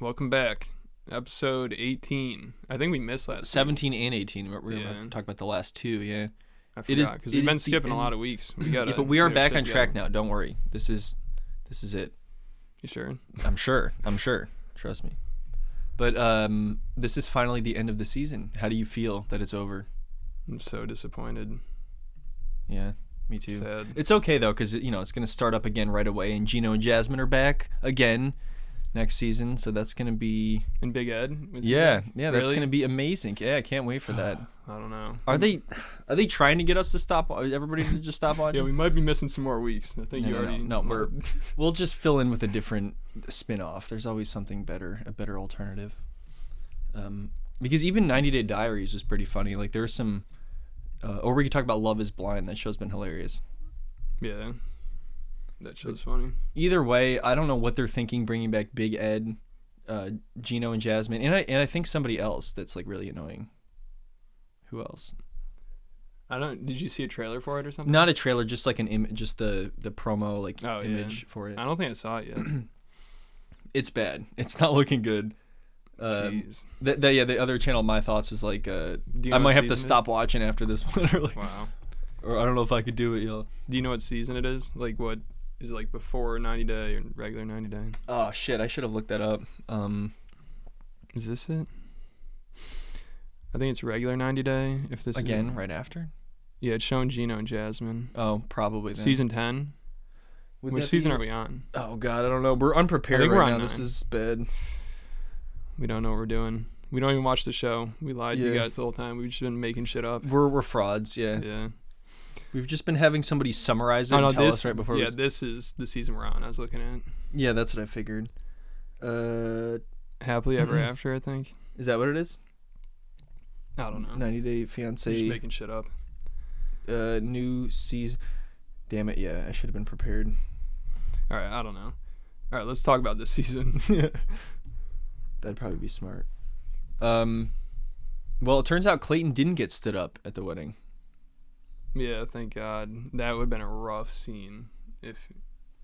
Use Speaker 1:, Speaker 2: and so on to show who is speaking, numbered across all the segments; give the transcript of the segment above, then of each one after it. Speaker 1: Welcome back. Episode 18. I think we missed last.
Speaker 2: Seventeen and eighteen. We were
Speaker 1: Yeah.
Speaker 2: talking about the last two. Yeah.
Speaker 1: I
Speaker 2: It is-
Speaker 1: forgot because
Speaker 2: it
Speaker 1: we've
Speaker 2: is
Speaker 1: been
Speaker 2: the
Speaker 1: skipping a
Speaker 2: end-
Speaker 1: lot of weeks. We got.
Speaker 2: yeah, but we are back on track now. Don't worry. This is, this is it.
Speaker 1: You sure?
Speaker 2: I'm sure. I'm sure. Trust me. But um, this is finally the end of the season. How do you feel that it's over?
Speaker 1: I'm so disappointed.
Speaker 2: Yeah, me too.
Speaker 1: Sad.
Speaker 2: It's okay though, because you know it's gonna start up again right away, and Gino and Jasmine are back again next season, so that's gonna be
Speaker 1: And Big Ed. was he
Speaker 2: yeah,
Speaker 1: back?
Speaker 2: yeah, that's
Speaker 1: Really?
Speaker 2: gonna be amazing. Yeah, I can't wait for that.
Speaker 1: I don't know.
Speaker 2: Are they, are they trying to get us to stop? are Everybody to just stop watching?
Speaker 1: Yeah, we might be missing some more weeks. I think
Speaker 2: No,
Speaker 1: you
Speaker 2: no, no,
Speaker 1: already.
Speaker 2: no, we're- We'll just fill in with a different spin-off. There's always something better, a better alternative. Um, because even 90 Day Diaries is pretty funny. Like there's some, uh, or we could talk about Love Is Blind. That show's been hilarious.
Speaker 1: Yeah. That show's funny.
Speaker 2: Either way, I don't know what they're thinking bringing back Big Ed, uh, Gino and Jasmine, and I and I think somebody else that's like really annoying. Who else?
Speaker 1: I don't. Did you see a trailer for it or something?
Speaker 2: Not a trailer, just like an image, just the the promo like
Speaker 1: Oh, yeah.
Speaker 2: image for it.
Speaker 1: I don't think I saw it yet.
Speaker 2: It's bad. It's not looking good. Um,
Speaker 1: Jeez.
Speaker 2: The, the, yeah, the other channel, my thoughts was like, uh,
Speaker 1: Do you
Speaker 2: I
Speaker 1: know
Speaker 2: might
Speaker 1: what
Speaker 2: have to
Speaker 1: season it
Speaker 2: stop watching after this one, or, like,
Speaker 1: Is? Wow.
Speaker 2: or I don't know if I could do it, yo.
Speaker 1: Do you know what season it is? Like what is it like before 90 day or regular 90 day?
Speaker 2: Oh shit, I should have looked that up. Um,
Speaker 1: Is this it? I think it's regular 90 day. If this
Speaker 2: again,
Speaker 1: is,
Speaker 2: right after.
Speaker 1: yeah, it's showing Gino and Jasmine.
Speaker 2: Oh, probably then.
Speaker 1: Season 10.
Speaker 2: Would
Speaker 1: Which
Speaker 2: that
Speaker 1: season
Speaker 2: be-
Speaker 1: are we on?
Speaker 2: Oh god, I don't know. We're unprepared
Speaker 1: I think
Speaker 2: right
Speaker 1: we're on
Speaker 2: now. This
Speaker 1: nine.
Speaker 2: is bad.
Speaker 1: We don't know what we're doing. We don't even watch the show. We lied to you
Speaker 2: Yeah.
Speaker 1: guys the whole time. We've just been making shit up.
Speaker 2: We're we're frauds. Yeah,
Speaker 1: Yeah.
Speaker 2: we've just been having somebody summarize it
Speaker 1: Oh,
Speaker 2: and
Speaker 1: no,
Speaker 2: tell
Speaker 1: this,
Speaker 2: us right before. it
Speaker 1: yeah,
Speaker 2: was-
Speaker 1: this is the season we're on. I was looking at
Speaker 2: yeah, that's what I figured. Uh,
Speaker 1: Happily Ever After, I think.
Speaker 2: is that what it is?
Speaker 1: I don't know.
Speaker 2: Ninety Day
Speaker 1: just
Speaker 2: Fiance,
Speaker 1: making shit up.
Speaker 2: uh, new season. Damn it! Yeah, I should have been prepared.
Speaker 1: All right, I don't know. All right, let's talk about this season.
Speaker 2: That'd probably be smart. Um, well, it turns out Clayton didn't get stood up at the wedding.
Speaker 1: Yeah, thank God. That would have been a rough scene if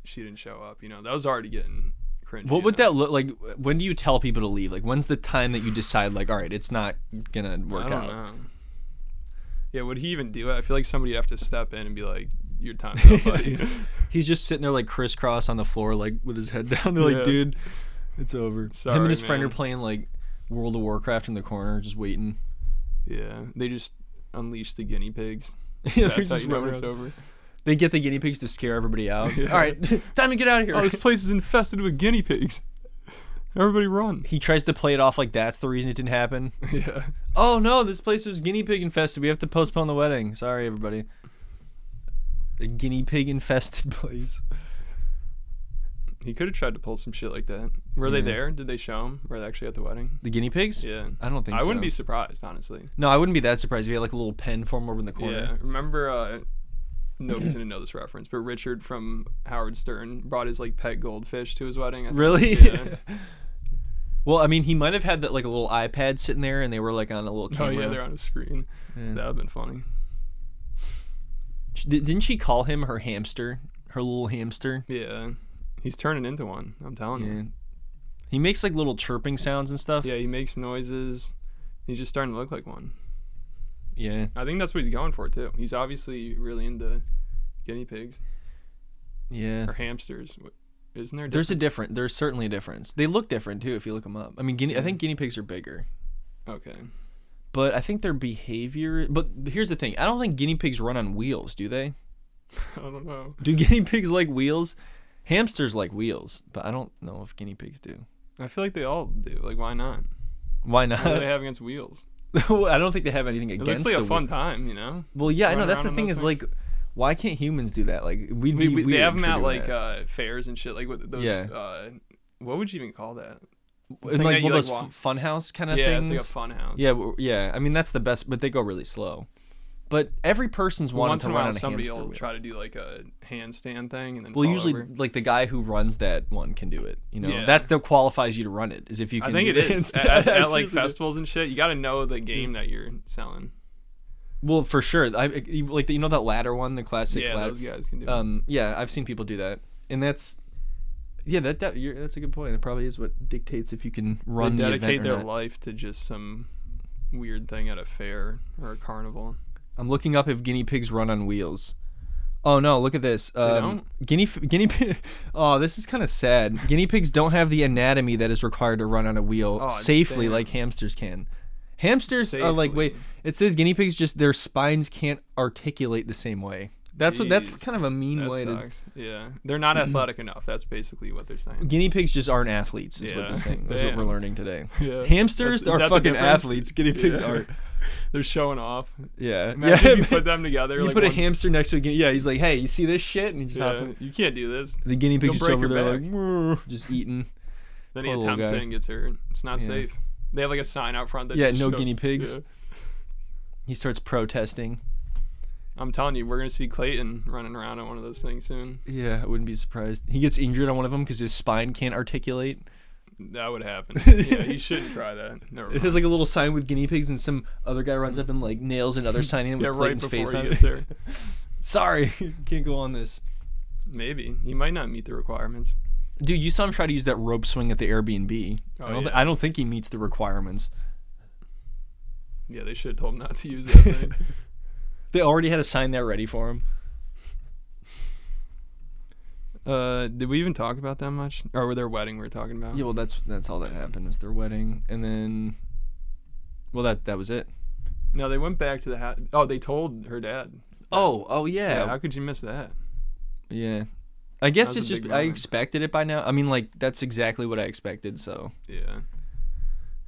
Speaker 1: she didn't show up. You know, that was already getting cringe.
Speaker 2: What would that look like? When do you tell people to leave? Like, when's the time that you decide, like, all right, it's not gonna work
Speaker 1: I don't
Speaker 2: out?
Speaker 1: know. Yeah, would he even do it? I feel like somebody would have to step in and be like, "Your time's up, buddy."
Speaker 2: He's just sitting there like crisscross on the floor, like with his head down. They're
Speaker 1: Yeah.
Speaker 2: like, dude, it's over. Him
Speaker 1: Sorry,
Speaker 2: and his friend are
Speaker 1: man.
Speaker 2: playing like World of Warcraft in the corner, just waiting.
Speaker 1: yeah, they just unleash the guinea pigs.
Speaker 2: They're
Speaker 1: That's how
Speaker 2: just
Speaker 1: you know
Speaker 2: running
Speaker 1: when it's
Speaker 2: around.
Speaker 1: over.
Speaker 2: They get the guinea pigs to scare everybody out.
Speaker 1: Yeah.
Speaker 2: All right, time to get out of here.
Speaker 1: Oh, this place is infested with guinea pigs. Everybody run.
Speaker 2: he tries to play it off like that's the reason it didn't happen.
Speaker 1: yeah.
Speaker 2: Oh no, this place was guinea pig infested. We have to postpone the wedding. Sorry, everybody. A guinea pig infested place.
Speaker 1: He could have tried to pull some shit like that. Were they
Speaker 2: Yeah.
Speaker 1: there? Did they show him? Were they actually at the wedding?
Speaker 2: The guinea pigs?
Speaker 1: Yeah.
Speaker 2: I don't think
Speaker 1: I
Speaker 2: so.
Speaker 1: wouldn't be surprised, honestly.
Speaker 2: No, I wouldn't be that surprised if you had like a little pen form over in the
Speaker 1: Yeah,
Speaker 2: corner.
Speaker 1: remember? Uh, nobody's gonna know this reference, but Richard from Howard Stern brought his like pet goldfish to his wedding. I think.
Speaker 2: Really?
Speaker 1: Yeah.
Speaker 2: well, I mean, he might have had that like a little iPad sitting there, and they were like on a little
Speaker 1: oh
Speaker 2: camera.
Speaker 1: yeah, they're on a screen.
Speaker 2: Yeah.
Speaker 1: That'd have been funny.
Speaker 2: Sh- di- Didn't she call him her hamster? Her little hamster.
Speaker 1: Yeah, he's turning into one. I'm telling
Speaker 2: Yeah.
Speaker 1: you.
Speaker 2: He makes like little chirping sounds and stuff.
Speaker 1: Hmm. Yeah, he makes noises. He's just starting to look like one.
Speaker 2: Yeah.
Speaker 1: I think that's what he's going for too. He's obviously really into guinea pigs
Speaker 2: Yeah.
Speaker 1: or hamsters. Wh- Isn't there?
Speaker 2: There's a different. There's certainly a difference. They look different too if you look them up. I mean, guinea, I
Speaker 1: Mm.
Speaker 2: think guinea pigs are bigger,
Speaker 1: a okay.
Speaker 2: but I think their behavior. But here's the thing: I don't think guinea pigs run on wheels, do they?
Speaker 1: I don't know.
Speaker 2: Do guinea pigs like wheels? Hamsters like wheels, but I don't know if guinea pigs do.
Speaker 1: I feel like they all do. Like, why not?
Speaker 2: Why
Speaker 1: What do they
Speaker 2: not?
Speaker 1: have against wheels?
Speaker 2: I don't think they have anything
Speaker 1: It
Speaker 2: against
Speaker 1: looks like
Speaker 2: the
Speaker 1: a fun
Speaker 2: wheel.
Speaker 1: time, you know.
Speaker 2: Well, yeah, I
Speaker 1: run
Speaker 2: know. That's
Speaker 1: around
Speaker 2: the
Speaker 1: on
Speaker 2: thing
Speaker 1: those
Speaker 2: is like, why can't humans do that? Like, we'd
Speaker 1: we,
Speaker 2: be
Speaker 1: we, they
Speaker 2: weird
Speaker 1: have them
Speaker 2: for
Speaker 1: at
Speaker 2: doing
Speaker 1: like
Speaker 2: that.
Speaker 1: uh, fairs and shit, like with those.
Speaker 2: Yeah.
Speaker 1: Uh, what would you even call that?
Speaker 2: and
Speaker 1: thing that
Speaker 2: like
Speaker 1: you,
Speaker 2: well,
Speaker 1: like,
Speaker 2: those
Speaker 1: walk-
Speaker 2: fun house kind of
Speaker 1: yeah,
Speaker 2: things.
Speaker 1: it's like a fun house.
Speaker 2: Yeah, w- yeah. I mean, that's the best, but they go really slow. But every person's wanted
Speaker 1: Once
Speaker 2: to
Speaker 1: in a
Speaker 2: run
Speaker 1: while,
Speaker 2: on a
Speaker 1: somebody
Speaker 2: hamster
Speaker 1: will
Speaker 2: wheel.
Speaker 1: try to do like a handstand thing, and then
Speaker 2: well,
Speaker 1: fall
Speaker 2: usually,
Speaker 1: over.
Speaker 2: like the guy who runs that one can do it. You know,
Speaker 1: Yeah.
Speaker 2: that's that qualifies you to run it. Is if you
Speaker 1: I
Speaker 2: can.
Speaker 1: think it
Speaker 2: do the
Speaker 1: is
Speaker 2: handstand.
Speaker 1: at, at, at,
Speaker 2: I
Speaker 1: like
Speaker 2: seriously do.
Speaker 1: festivals and shit. You got to know the game that you're selling.
Speaker 2: Well, for sure. I I- you- like you know that ladder Um, one, the classic
Speaker 1: Yeah,
Speaker 2: ladder.
Speaker 1: those guys can do. it.
Speaker 2: Um, yeah, I've seen people do that, and that's Yeah, that, that you're, that's a good point. It probably is what dictates if you can run
Speaker 1: they
Speaker 2: the
Speaker 1: dedicate
Speaker 2: event or
Speaker 1: their
Speaker 2: not.
Speaker 1: life to just some weird thing at a fair or a carnival.
Speaker 2: I'm looking up if guinea pigs run on wheels. Oh no! Look at this. Um, guinea f- guinea pig. Oh, this is kind of sad. Guinea pigs don't have the anatomy that is required to run on a wheel
Speaker 1: Aw,
Speaker 2: safely,
Speaker 1: damn.
Speaker 2: like hamsters can. Hamsters are like wait. It says guinea pigs just their spines can't articulate the same way. That's what. That's
Speaker 1: Jeez.
Speaker 2: kind of a mean
Speaker 1: That
Speaker 2: way to.
Speaker 1: sucks. Yeah, they're not athletic enough. That's basically what they're saying.
Speaker 2: Guinea pigs just aren't athletes, is what
Speaker 1: Yeah.
Speaker 2: they're saying. That's what we're
Speaker 1: Damn.
Speaker 2: learning today.
Speaker 1: Yeah. That's-
Speaker 2: Hamsters
Speaker 1: is
Speaker 2: are
Speaker 1: that the
Speaker 2: fucking
Speaker 1: difference?
Speaker 2: athletes. Guinea pigs
Speaker 1: Yeah.
Speaker 2: aren't.
Speaker 1: They're showing off.
Speaker 2: Yeah.
Speaker 1: Imagine
Speaker 2: yeah.
Speaker 1: if you put them together.
Speaker 2: you
Speaker 1: like
Speaker 2: put a
Speaker 1: one-
Speaker 2: hamster next to a guinea. Yeah, he's like, hey, you see this shit? And he just hops
Speaker 1: Yeah,
Speaker 2: in.
Speaker 1: you can't do this.
Speaker 2: The guinea pig
Speaker 1: You'll
Speaker 2: just
Speaker 1: break
Speaker 2: over
Speaker 1: your
Speaker 2: there, like,
Speaker 1: back.
Speaker 2: "Whoa," just eating.
Speaker 1: Then he
Speaker 2: Poor little
Speaker 1: attempts
Speaker 2: guy.
Speaker 1: it and gets hurt. It's not
Speaker 2: Yeah.
Speaker 1: safe. They have like a sign out front that
Speaker 2: Yeah,
Speaker 1: just
Speaker 2: no
Speaker 1: shows-
Speaker 2: guinea pigs.
Speaker 1: Yeah.
Speaker 2: He starts protesting.
Speaker 1: I'm telling you, we're gonna see Clayton running around on one of those things soon.
Speaker 2: Yeah, I wouldn't be surprised. He gets injured on one of them because his spine can't articulate.
Speaker 1: That would happen. yeah, you shouldn't try that. Never
Speaker 2: It
Speaker 1: mind.
Speaker 2: has like a little sign with guinea pigs, and some other guy runs up and like nails another sign in with
Speaker 1: yeah, right
Speaker 2: Clayton's
Speaker 1: before
Speaker 2: face
Speaker 1: he
Speaker 2: on
Speaker 1: gets
Speaker 2: it.
Speaker 1: there.
Speaker 2: Sorry, can't go on this.
Speaker 1: Maybe he might not meet the requirements.
Speaker 2: Dude, you saw him try to use that rope swing at the Airbnb. I,
Speaker 1: Oh,
Speaker 2: don't thi-
Speaker 1: yeah.
Speaker 2: I don't think he meets the requirements.
Speaker 1: Yeah, they should have told him not to use that thing.
Speaker 2: They already had a sign there ready for him.
Speaker 1: Uh, did we even talk about that much? Or were their wedding we were talking about?
Speaker 2: Yeah, well, that's that's all that happened was their wedding, and then, well, that that was it.
Speaker 1: No, they went back to the house. Oh, they told her dad.
Speaker 2: Oh, oh
Speaker 1: Yeah. How could you miss that?
Speaker 2: Yeah. I guess
Speaker 1: That was
Speaker 2: it's
Speaker 1: a
Speaker 2: just
Speaker 1: big
Speaker 2: I
Speaker 1: moment.
Speaker 2: expected it by now. I mean, like that's exactly what I expected. So
Speaker 1: Yeah.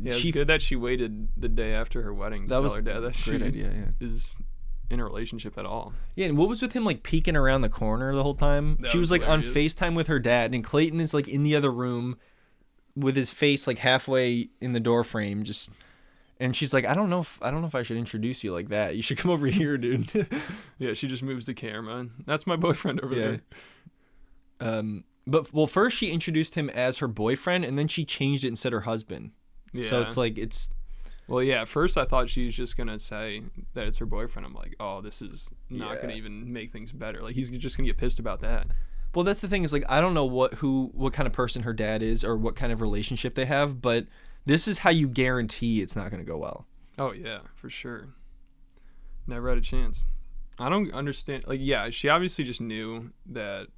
Speaker 1: Yeah,
Speaker 2: She-
Speaker 1: it's good that she waited the day after her wedding to
Speaker 2: that
Speaker 1: tell
Speaker 2: was
Speaker 1: her dad
Speaker 2: a
Speaker 1: that
Speaker 2: great
Speaker 1: she
Speaker 2: idea. Yeah.
Speaker 1: is in a relationship at all.
Speaker 2: Yeah. And what was with him like peeking around the corner the whole time?
Speaker 1: That
Speaker 2: she was,
Speaker 1: was
Speaker 2: like on
Speaker 1: hilarious.
Speaker 2: Facetime with her dad, and Clayton is like in the other room, with his face like halfway in the door frame, just. And she's like, I don't know if I don't know if I should introduce you like that. You should come over here, dude.
Speaker 1: Yeah, she just moves the camera. That's my boyfriend over
Speaker 2: Yeah.
Speaker 1: there.
Speaker 2: um, but well, first she introduced him as her boyfriend, and then she changed it and said her husband.
Speaker 1: Yeah.
Speaker 2: So it's like it's
Speaker 1: well, yeah. At first, I thought she was just gonna say that it's her boyfriend. I'm like, oh, this is not
Speaker 2: Yeah.
Speaker 1: gonna even make things better. Like he's just gonna get pissed about that.
Speaker 2: Well, that's the thing is like I don't know what who what kind of person her dad is or what kind of relationship they have, but this is how you guarantee it's not going to go well.
Speaker 1: Oh yeah, for sure. Never had a chance. I don't understand. Like, yeah, she obviously just knew that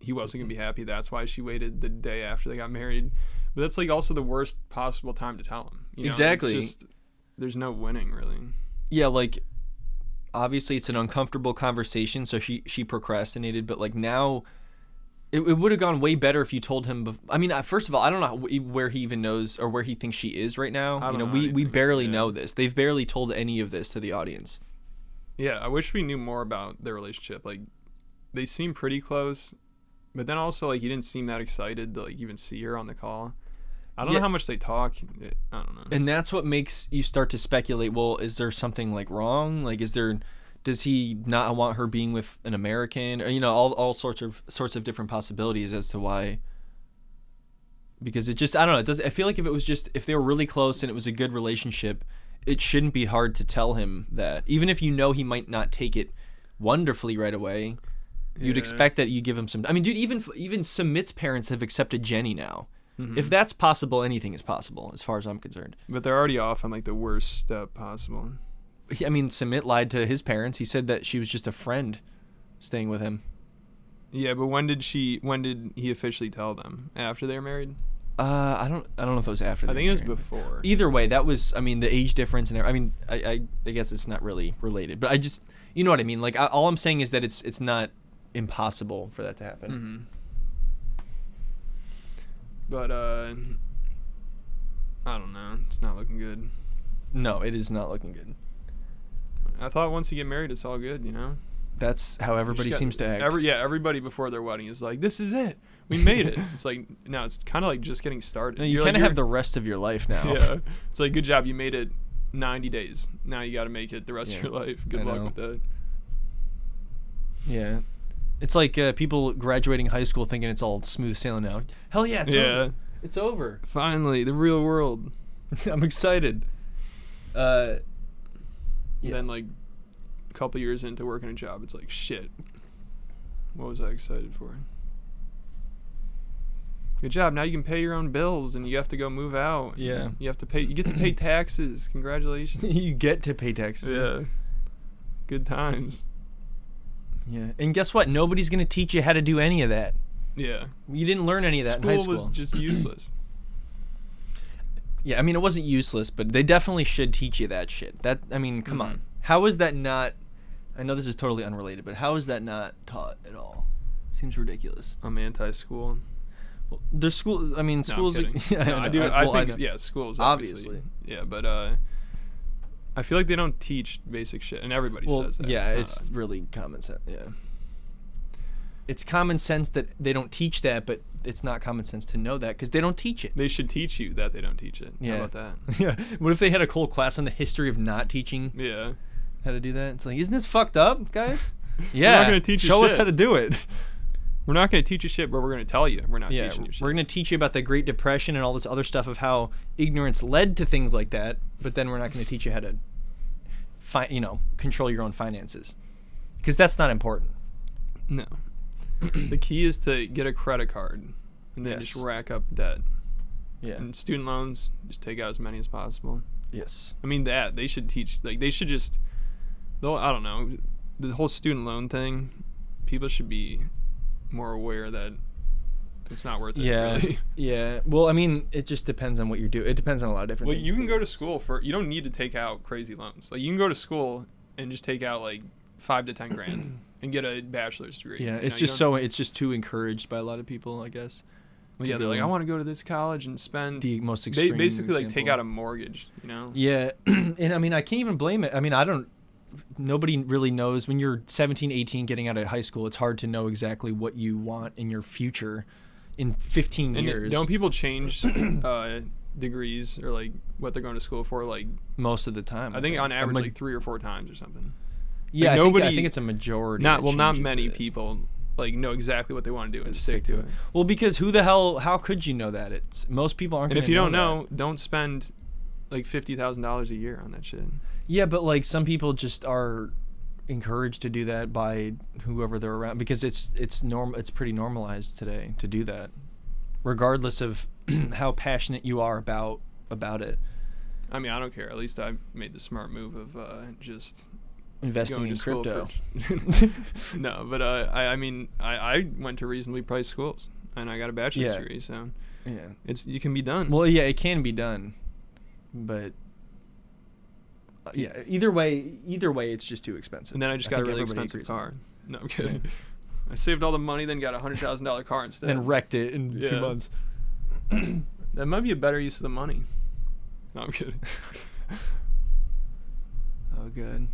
Speaker 1: he wasn't gonna be happy. That's why she waited the day after they got married. But that's like also the worst possible time to tell him. You know? It's
Speaker 2: Exactly.
Speaker 1: just- there's no winning really.
Speaker 2: Yeah, like obviously it's an uncomfortable conversation, so she she procrastinated, but like now it, it would have gone way better if you told him. Bef- I mean, I- first of all, I don't know wh- where he even knows or where he thinks she is right now.
Speaker 1: I
Speaker 2: you
Speaker 1: don't
Speaker 2: know,
Speaker 1: know
Speaker 2: we we
Speaker 1: anything,
Speaker 2: barely
Speaker 1: yeah.
Speaker 2: know this. They've barely told any of this to the audience.
Speaker 1: Yeah, I wish we knew more about their relationship. Like, they seem pretty close, but then also like he didn't seem that excited to like even see her on the call. I don't
Speaker 2: Yeah.
Speaker 1: know how much they talk. It- I don't know.
Speaker 2: and that's what makes you start to speculate well is there something like wrong like is there does he not want her being with an american or you know all, all sorts of sorts of different possibilities as to why because it just i don't know it does i feel like if it was just if they were really close and it was a good relationship it shouldn't be hard to tell him that even if you know he might not take it wonderfully right away you'd
Speaker 1: Yeah.
Speaker 2: expect that you give him some i mean dude even even submit's parents have accepted jenny now if that's possible anything is possible as far as i'm concerned
Speaker 1: But they're already off on like the worst step possible.
Speaker 2: he- I mean, Samit lied to his parents. He said that she was just a friend staying with him.
Speaker 1: Yeah, but when did she? When did he officially tell them? After they were married?
Speaker 2: Uh, I don't, I don't know if it was after.
Speaker 1: I
Speaker 2: they
Speaker 1: think it was
Speaker 2: married.
Speaker 1: before.
Speaker 2: Either way, that was. I mean, the age difference and every- I mean, I, I, I guess it's not really related, but I just, you know what I mean. Like, I, all I'm saying is that it's, it's not impossible for that to happen.
Speaker 1: hmm But uh, I don't know. It's not looking good.
Speaker 2: No, it is not looking good.
Speaker 1: I thought once you get married, it's all good. You know.
Speaker 2: That's how
Speaker 1: You just
Speaker 2: everybody
Speaker 1: got-
Speaker 2: seems to act.
Speaker 1: Every, yeah, everybody before their wedding is like, "This is it. We made it." it's like no, it's kind of like just getting started.
Speaker 2: No, you
Speaker 1: You're like-
Speaker 2: kind of have the
Speaker 1: you're-
Speaker 2: rest of your life now.
Speaker 1: Yeah, it's like good job. You made it. 90 days. Now you got to make it the rest
Speaker 2: Yeah,
Speaker 1: of your life. Good
Speaker 2: I
Speaker 1: luck
Speaker 2: know.
Speaker 1: with that.
Speaker 2: Yeah. It's like uh, people graduating high school thinking it's all smooth sailing now. Hell yeah, it's
Speaker 1: yeah.
Speaker 2: over. It's over.
Speaker 1: Finally, the real world.
Speaker 2: I'm excited. Uh, yeah.
Speaker 1: Then like a couple years into working a job, it's like shit. What was I excited for? Good job. Now you can pay your own bills, and you have to go move out.
Speaker 2: Yeah.
Speaker 1: You have to pay. You get to pay taxes. Congratulations.
Speaker 2: you get to pay taxes.
Speaker 1: yeah. Good times.
Speaker 2: Yeah. And guess what? Nobody's gonna teach you how to do any of that.
Speaker 1: Yeah.
Speaker 2: You didn't learn any of that
Speaker 1: school
Speaker 2: in high school.
Speaker 1: was just useless.
Speaker 2: yeah, I mean it wasn't useless, but they definitely should teach you that shit. That I mean, come
Speaker 1: Mhm.
Speaker 2: on. How is that not? I know this is totally unrelated, but how is that not taught at all? Seems ridiculous.
Speaker 1: I'm anti-school.
Speaker 2: Well, their school. I
Speaker 1: No,
Speaker 2: mean,
Speaker 1: I'm
Speaker 2: schools. are-
Speaker 1: kidding.
Speaker 2: yeah,
Speaker 1: No, I,
Speaker 2: know.
Speaker 1: do. I,
Speaker 2: well,
Speaker 1: think
Speaker 2: know.
Speaker 1: yeah, schools obviously.
Speaker 2: Obviously.
Speaker 1: Yeah, but uh, I feel like they don't teach basic shit, and everybody
Speaker 2: Well,
Speaker 1: says that.
Speaker 2: yeah,
Speaker 1: not
Speaker 2: it's, really common sense. Yeah, it's common sense that they don't teach that, but it's not common sense to know that because they don't teach it.
Speaker 1: They should teach you that they don't teach it.
Speaker 2: Yeah.
Speaker 1: How about that?
Speaker 2: yeah. What if they had a whole class on the history of not teaching
Speaker 1: Yeah.
Speaker 2: how to do that? It's like, isn't this fucked up, guys?
Speaker 1: We're
Speaker 2: yeah.
Speaker 1: not gonna teach you
Speaker 2: Show us
Speaker 1: shit.
Speaker 2: how to do it.
Speaker 1: We're not going to teach you shit, but we're going to tell you we're not
Speaker 2: yeah,
Speaker 1: teaching you shit.
Speaker 2: we're gonna teach you about the Great Depression and all this other stuff of how ignorance led to things like that, but then we're not gonna teach you how to, fi- you know, control your own finances, because that's not important.
Speaker 1: No. the key is to get a credit card and then just
Speaker 2: Yes.
Speaker 1: rack up debt.
Speaker 2: Yeah.
Speaker 1: And student loans, just take out as many as possible.
Speaker 2: Yes.
Speaker 1: I mean that they should teach like they should just though I don't know, the whole student loan thing, people should be more aware that it's not worth it
Speaker 2: Yeah.
Speaker 1: really.
Speaker 2: Yeah. Well, I mean, it just depends on what you do. It depends on a lot of different
Speaker 1: Well,
Speaker 2: things.
Speaker 1: you can go to school for you don't need to take out crazy loans. Like you can go to school and just take out like 5 to 10 grand and get a bachelor's degree. You
Speaker 2: Yeah, it's
Speaker 1: know, you
Speaker 2: just
Speaker 1: don't-
Speaker 2: so it's just too encouraged by a lot of people, I guess.
Speaker 1: well, yeah, they're like I want to go to this college and spend
Speaker 2: the most
Speaker 1: they
Speaker 2: extreme.
Speaker 1: basically like take
Speaker 2: example.
Speaker 1: out a mortgage, you know?
Speaker 2: Yeah, and I mean, I can't even blame it. I mean, I don't. Nobody really knows when you're 17, 18, getting out of high school. It's hard to know exactly what you want in your future in 15
Speaker 1: And
Speaker 2: years.
Speaker 1: don't people change uh, degrees or like what they're going to school for? Like
Speaker 2: most of the time.
Speaker 1: I think on
Speaker 2: A
Speaker 1: average
Speaker 2: ma-
Speaker 1: like three or four times or something.
Speaker 2: yeah,
Speaker 1: like,
Speaker 2: I think- I
Speaker 1: nobody-
Speaker 2: think, it's a majority.
Speaker 1: Not
Speaker 2: that
Speaker 1: well, not
Speaker 2: changes
Speaker 1: many
Speaker 2: it.
Speaker 1: people like know exactly what they want to do and
Speaker 2: Just
Speaker 1: stick to it.
Speaker 2: Well, because who the hell? How could you know that? It's most people aren't.
Speaker 1: And if
Speaker 2: gonna
Speaker 1: you don't
Speaker 2: that.
Speaker 1: know, don't spend like fifty thousand dollars a year on that shit.
Speaker 2: Yeah, but like some people just are encouraged to do that by whoever they're around because it's it's norm it's pretty normalized today to do that, regardless of how passionate you are about about it.
Speaker 1: I mean, I don't care. At least I made the smart move of uh, just
Speaker 2: Investing
Speaker 1: going
Speaker 2: in
Speaker 1: to school
Speaker 2: crypto.
Speaker 1: for- no, but uh, I, I mean, I, I went to reasonably priced schools and I got a bachelor's
Speaker 2: Yeah.
Speaker 1: degree, so
Speaker 2: yeah.
Speaker 1: it's you can be done.
Speaker 2: Well, yeah, it can be done, but uh, yeah. Either way, either way, it's just too expensive.
Speaker 1: And then I just got a
Speaker 2: think
Speaker 1: really
Speaker 2: everybody
Speaker 1: expensive
Speaker 2: agrees on
Speaker 1: car. No, I'm kidding. I saved all the money, then got a hundred thousand dollar car
Speaker 2: that.
Speaker 1: instead.
Speaker 2: Then wrecked it in
Speaker 1: Yeah.
Speaker 2: two months.
Speaker 1: that might be a better use of the money. No, I'm kidding.
Speaker 2: Oh, good.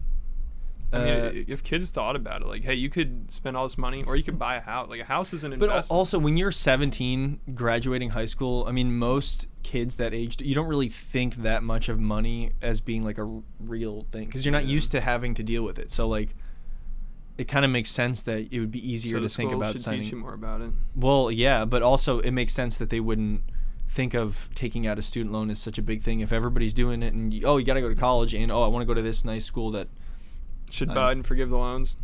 Speaker 1: I mean,
Speaker 2: Uh,
Speaker 1: i- if kids thought about it, like, hey, you could spend all this money, or you could buy a house. Like, a house is an
Speaker 2: But
Speaker 1: investment.
Speaker 2: al- also, when you're 17, graduating high school, I mean, most kids that age, you don't really think that much of money as being like a r- real thing because you're not
Speaker 1: Yeah.
Speaker 2: used to having to deal with it. So, like, it kind of makes sense that it would be
Speaker 1: So
Speaker 2: easier
Speaker 1: the
Speaker 2: to think
Speaker 1: schools
Speaker 2: about
Speaker 1: should
Speaker 2: signing.
Speaker 1: teach you more about it.
Speaker 2: Well, yeah, but also it makes sense that they wouldn't think of taking out a student loan as such a big thing if everybody's doing it and you, oh, you got to go to college and oh, I want to go to this nice school that
Speaker 1: Should
Speaker 2: I-
Speaker 1: Biden forgive the loans?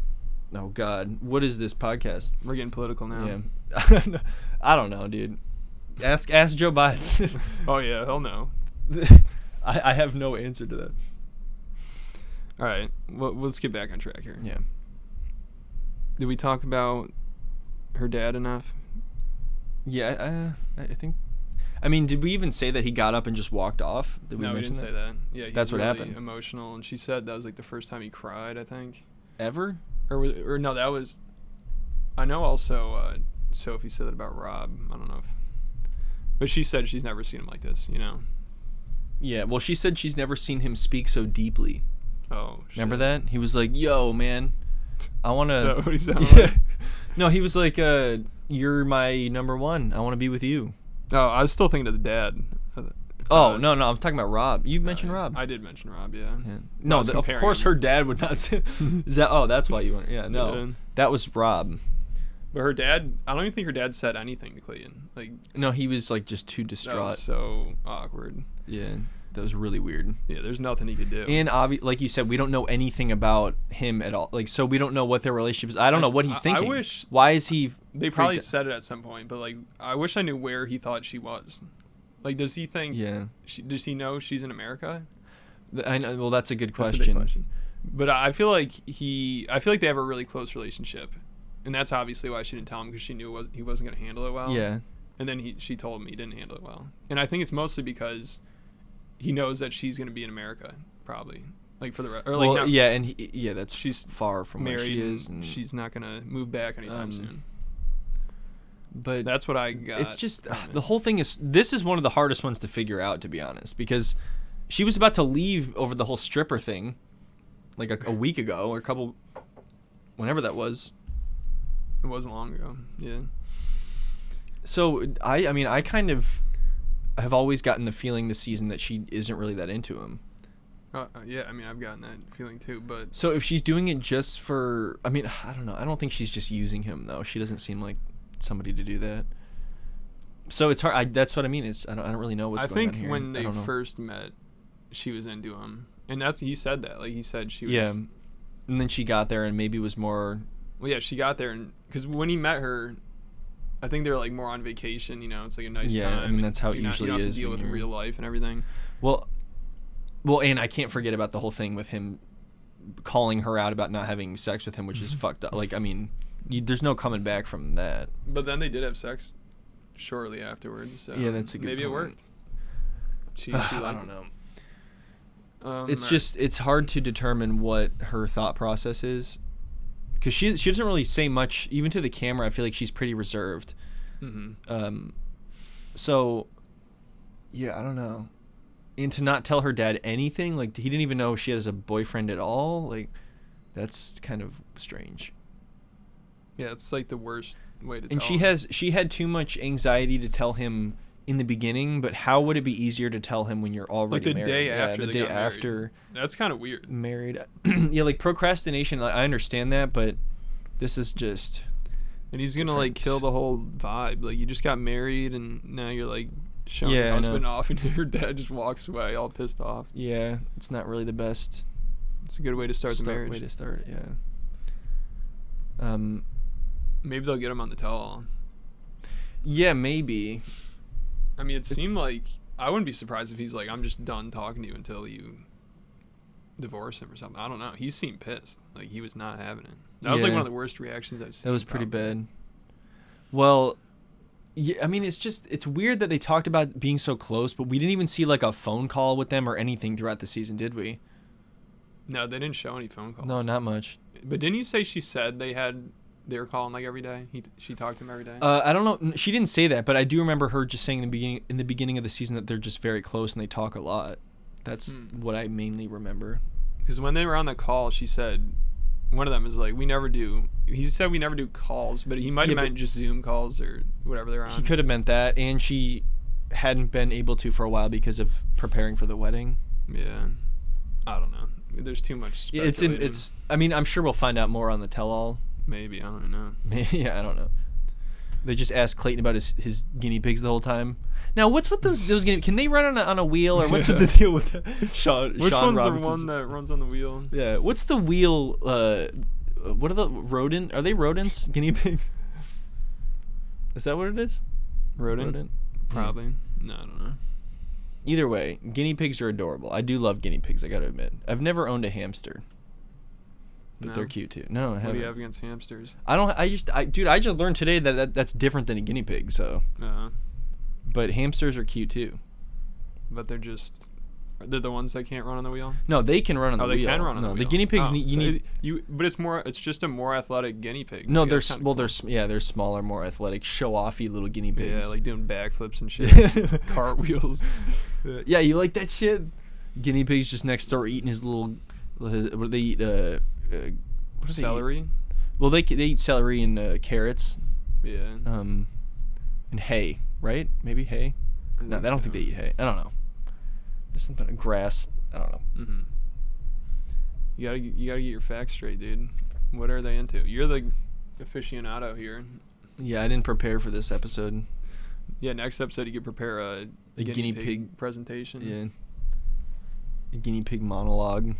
Speaker 2: oh god, what is this podcast?
Speaker 1: We're getting political now.
Speaker 2: Yeah. I don't know, dude. Ask ask Joe Biden.
Speaker 1: Oh yeah, hell no.
Speaker 2: I, I have no answer to that.
Speaker 1: All right, well, let's get back on track here.
Speaker 2: Yeah.
Speaker 1: Did we talk about her dad enough?
Speaker 2: Yeah, I, uh, I, I think. I mean, did we even say that he got up and just walked off? Did
Speaker 1: no, we
Speaker 2: mention
Speaker 1: didn't say that. Yeah, he
Speaker 2: That's
Speaker 1: was
Speaker 2: what
Speaker 1: really
Speaker 2: happened.
Speaker 1: Emotional, and she said that was like the first time he cried. I think,
Speaker 2: Ever?
Speaker 1: or was, or no, that was. I know. Also, uh, Sophie said that about Rob. I don't know if, but she said she's never seen him like this. You know.
Speaker 2: Yeah. Well, she said she's never seen him speak so deeply.
Speaker 1: Oh. Shit.
Speaker 2: Remember that? He was like, "Yo, man, I want to."
Speaker 1: Is that what he sounded like?
Speaker 2: No, he was like, uh, "You're my number one. I want to be with you."
Speaker 1: Oh, I was still thinking of the dad. I th-
Speaker 2: Oh
Speaker 1: Uh,
Speaker 2: no, no, I'm talking about Rob. You
Speaker 1: no,
Speaker 2: mentioned
Speaker 1: yeah.
Speaker 2: Rob.
Speaker 1: I did mention Rob. Yeah.
Speaker 2: Yeah. No,
Speaker 1: was
Speaker 2: th- of
Speaker 1: comparing
Speaker 2: course
Speaker 1: them.
Speaker 2: her dad would not say. Is that? Oh, that's why you went. Yeah, no,
Speaker 1: Yeah.
Speaker 2: that was Rob.
Speaker 1: But her dad, I don't even think her dad said anything to Clayton. Like
Speaker 2: No, he was like just too
Speaker 1: that was
Speaker 2: distraught.
Speaker 1: so awkward.
Speaker 2: Yeah, That was really weird.
Speaker 1: Yeah, there's nothing he could do.
Speaker 2: And obvi- like you said, we don't know anything about him at all. Like, so we don't know what their relationship is. I don't know what he's
Speaker 1: I- I
Speaker 2: thinking.
Speaker 1: wish-
Speaker 2: Why is he?
Speaker 1: they
Speaker 2: freaked
Speaker 1: probably
Speaker 2: out?
Speaker 1: said it at some point, but like I wish I knew where he thought she was. Like, does he think?
Speaker 2: Yeah.
Speaker 1: She, does he know she's in America?
Speaker 2: Th- I know. Well, that's a good
Speaker 1: That's a
Speaker 2: question.
Speaker 1: big But I I feel like he, I feel like they have a really close relationship, and that's obviously why she didn't tell him because she knew it was, he wasn't going to handle it well.
Speaker 2: Yeah.
Speaker 1: And then he, she told him he didn't handle it well, and I think it's mostly because he knows that she's going to be in America probably, like for the rest, or like
Speaker 2: well,
Speaker 1: not
Speaker 2: yeah, and he, yeah, that's
Speaker 1: She's
Speaker 2: she's far from where
Speaker 1: married.
Speaker 2: she is.
Speaker 1: and
Speaker 2: And,
Speaker 1: she's not going to move back anytime
Speaker 2: Um,
Speaker 1: soon.
Speaker 2: but
Speaker 1: That's what I got.
Speaker 2: it's just
Speaker 1: from
Speaker 2: ugh,
Speaker 1: it.
Speaker 2: the whole thing is this is one of the hardest ones to figure out to be honest because she was about to leave over the whole stripper thing like a, a week ago or a couple whenever that was
Speaker 1: It wasn't long ago. Yeah.
Speaker 2: so i i mean i kind of have always gotten the feeling this season that she isn't really that into him
Speaker 1: Uh, uh, yeah, I mean, I've gotten that feeling too, but
Speaker 2: so if she's doing it just for i mean i don't know i don't think she's just using him though she doesn't seem like somebody to do that so it's hard I, that's what i mean it's i don't, I don't really know what's
Speaker 1: I
Speaker 2: going on
Speaker 1: think
Speaker 2: here.
Speaker 1: when
Speaker 2: I
Speaker 1: they
Speaker 2: don't know.
Speaker 1: first met, she was into him, and that's he said that. Like he said, she was.
Speaker 2: yeah and then she got there and maybe was more
Speaker 1: Well, yeah, she got there, and because when he met her, I think they were like more on vacation. You know, it's like a nice
Speaker 2: Yeah, I
Speaker 1: time.
Speaker 2: mean,
Speaker 1: and
Speaker 2: that's how it
Speaker 1: you're not-
Speaker 2: usually
Speaker 1: you don't have
Speaker 2: is
Speaker 1: to deal
Speaker 2: when
Speaker 1: with
Speaker 2: you're-
Speaker 1: real life and everything.
Speaker 2: well well and i can't forget about the whole thing with him calling her out about not having sex with him which is fucked up like i mean you, there's no coming back from that
Speaker 1: But then they did have sex shortly afterwards. So
Speaker 2: Yeah, that's a good
Speaker 1: Maybe it
Speaker 2: point.
Speaker 1: worked. She, she
Speaker 2: i
Speaker 1: liked
Speaker 2: don't
Speaker 1: it.
Speaker 2: know
Speaker 1: Um,
Speaker 2: it's
Speaker 1: all right.
Speaker 2: just it's hard to determine what her thought process is because she, she doesn't really say much even to the camera i feel like she's pretty reserved
Speaker 1: Mhm.
Speaker 2: um so yeah i don't know and to not tell her dad anything like he didn't even know she has a boyfriend at all like that's kind of strange
Speaker 1: yeah, it's like the worst way to. tell
Speaker 2: and she
Speaker 1: him.
Speaker 2: has she had too much anxiety to tell him in the beginning but how would it be easier to tell him when you're
Speaker 1: like
Speaker 2: already
Speaker 1: the
Speaker 2: married?
Speaker 1: day
Speaker 2: Yeah,
Speaker 1: after
Speaker 2: the
Speaker 1: they
Speaker 2: day
Speaker 1: got married.
Speaker 2: after
Speaker 1: That's kind of weird.
Speaker 2: married yeah like procrastination like, i understand that but this is just
Speaker 1: And he's gonna like
Speaker 2: different.
Speaker 1: kill the whole vibe. Like you just got married and now you're like showing
Speaker 2: Yeah, I
Speaker 1: your
Speaker 2: know.
Speaker 1: husband off, and your dad just walks away all pissed off.
Speaker 2: yeah it's not really the best
Speaker 1: It's a good way to start the
Speaker 2: start-
Speaker 1: marriage.
Speaker 2: way to start yeah um
Speaker 1: Maybe they'll get him on the tell-all.
Speaker 2: Yeah, maybe.
Speaker 1: I mean, it seemed like I wouldn't be surprised if he's like, "I'm just done talking to you until you divorce him or something." I don't know. He seemed pissed. Like he was not having it. That was like
Speaker 2: Yeah.
Speaker 1: one of the worst reactions I've seen.
Speaker 2: That was pretty
Speaker 1: probably.
Speaker 2: bad. Well, yeah, I mean, it's just it's weird that they talked about being so close, but we didn't even see like a phone call with them or anything throughout the season, did we?
Speaker 1: No, they didn't show any phone calls.
Speaker 2: No, not much.
Speaker 1: But didn't you say she said they had they were calling like every day? He she talked to him every day.
Speaker 2: Uh, I don't know. n- She didn't say that, but I do remember her just saying in the beginning in the beginning of the season that they're just very close and they talk a lot. That's
Speaker 1: Hmm.
Speaker 2: what I mainly remember.
Speaker 1: Because when they were on the call, she said, one of them is like, we never do. He said we never do calls, but he might
Speaker 2: Yeah,
Speaker 1: have
Speaker 2: but-
Speaker 1: meant just Zoom calls or whatever they're on.
Speaker 2: He could have meant that, and she hadn't been able to for a while because of preparing for the wedding.
Speaker 1: Yeah. I don't know. There's too much.
Speaker 2: Yeah, It's in,
Speaker 1: speculating.
Speaker 2: it's. I mean, I'm sure we'll find out more on the tell-all.
Speaker 1: maybe I don't know.
Speaker 2: yeah, I don't know. They just asked Clayton about his, his guinea pigs the whole time. Now, what's with those those guinea? Can they run on a, on a wheel or what's with the
Speaker 1: Yeah.
Speaker 2: deal with the, Sean?
Speaker 1: Which
Speaker 2: Sean
Speaker 1: one's the
Speaker 2: Robinson's-
Speaker 1: one that runs on the wheel?
Speaker 2: Yeah, what's the wheel? Uh, what are the rodent? Are they rodents? guinea pigs? Is that what it is?
Speaker 1: Rodent?
Speaker 2: Yeah.
Speaker 1: Probably. No, I don't know.
Speaker 2: Either way, guinea pigs are adorable. I do love guinea pigs. I gotta admit, I've never owned a hamster, but
Speaker 1: No?
Speaker 2: they're cute too. No, I
Speaker 1: What do
Speaker 2: haven't.
Speaker 1: you have against hamsters?
Speaker 2: I don't. I just. I dude. I just learned today that, that that's different than a guinea pig. So.
Speaker 1: Uh,
Speaker 2: But hamsters are cute too.
Speaker 1: but they're just they're the ones that can't run on the wheel.
Speaker 2: No, they can run on
Speaker 1: Oh,
Speaker 2: the
Speaker 1: they
Speaker 2: wheel.
Speaker 1: can run on
Speaker 2: no,
Speaker 1: the wheel.
Speaker 2: the guinea pigs
Speaker 1: Oh,
Speaker 2: need you
Speaker 1: so
Speaker 2: need.
Speaker 1: it- you, but it's more. It's just a more athletic guinea pig.
Speaker 2: no,
Speaker 1: Like,
Speaker 2: they're
Speaker 1: that's
Speaker 2: s-
Speaker 1: kinda
Speaker 2: well, they're
Speaker 1: cool.
Speaker 2: s- yeah, they're smaller, more athletic, show-offy little guinea pigs.
Speaker 1: Yeah, like doing backflips and shit, cartwheels.
Speaker 2: Uh, yeah, you like that shit. Guinea pigs just next door eating his little. his- What do they eat? Uh, uh, what do They
Speaker 1: celery.
Speaker 2: eat? Well, they c- they eat celery and uh, carrots,
Speaker 1: Yeah.
Speaker 2: um, and hay, right? Maybe hay. No, I don't think they eat hay. I don't know. There's something grass. I don't know.
Speaker 1: hmm You gotta you gotta get your facts straight, dude. What are they into? You're the aficionado here.
Speaker 2: Yeah, I didn't prepare for this episode.
Speaker 1: Yeah, next episode you could prepare a,
Speaker 2: guinea pig.
Speaker 1: presentation.
Speaker 2: Yeah. guinea pig monologue.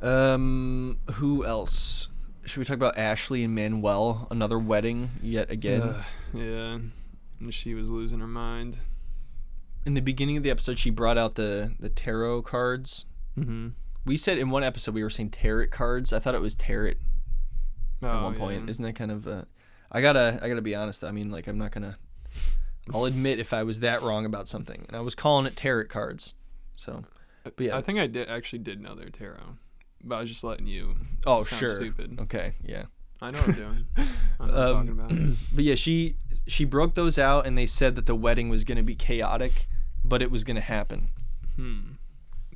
Speaker 2: Um, who else? Should we talk about Ashley and Manuel? Another wedding yet again.
Speaker 1: Ugh, yeah. And she was losing her mind.
Speaker 2: In the beginning of the episode, she brought out the the tarot cards.
Speaker 1: Mm-hmm.
Speaker 2: We said in one episode we were saying tarot cards. I thought it was tarot
Speaker 1: Oh,
Speaker 2: at one point. Isn't that kind of? Uh, I gotta I gotta be honest. I mean, like I'm not gonna. I'll admit if I was that wrong about something, and I was calling it tarot cards. So, but yeah.
Speaker 1: I think I did actually did know their tarot, but I was just letting you.
Speaker 2: oh
Speaker 1: sound
Speaker 2: sure.
Speaker 1: Stupid.
Speaker 2: Okay. Yeah.
Speaker 1: I know what I'm doing. I know what
Speaker 2: Um,
Speaker 1: I'm talking about.
Speaker 2: But yeah, she she broke those out, and they said that the wedding was gonna be chaotic, but it was gonna happen.
Speaker 1: Hmm.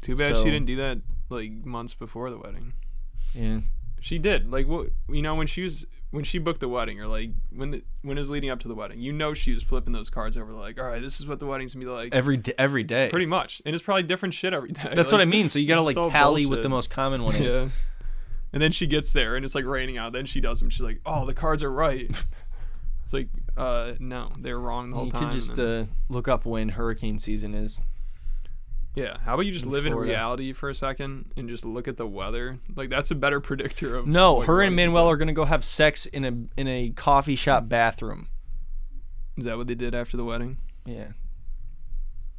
Speaker 1: Too bad
Speaker 2: So-
Speaker 1: she didn't do that like months before the wedding.
Speaker 2: Yeah.
Speaker 1: She did. Like what you know when she was when she booked the wedding or like when the when it was leading up to the wedding, you know she was flipping those cards over like, all right, this is what the wedding's gonna be like.
Speaker 2: Every d- every day.
Speaker 1: Pretty much, and it's probably different shit every day.
Speaker 2: That's what I mean. So you gotta
Speaker 1: it's
Speaker 2: like
Speaker 1: all
Speaker 2: tally what the
Speaker 1: bullshit.
Speaker 2: most common one is.
Speaker 1: Yeah. And then she gets there and it's like raining out. Then she does them. She's like, "Oh, the cards are right." it's like, uh, no, they're wrong the whole
Speaker 2: You
Speaker 1: time.
Speaker 2: could just
Speaker 1: and-
Speaker 2: uh, look up when hurricane season is.
Speaker 1: yeah. How about you just
Speaker 2: in
Speaker 1: live
Speaker 2: Florida.
Speaker 1: in reality for a second and just look at the weather? Like that's a better predictor of.
Speaker 2: No,
Speaker 1: what
Speaker 2: her
Speaker 1: your
Speaker 2: and
Speaker 1: weather's
Speaker 2: Manuel are gonna go have sex in a in a coffee shop bathroom.
Speaker 1: Is that what they did after the wedding?
Speaker 2: Yeah,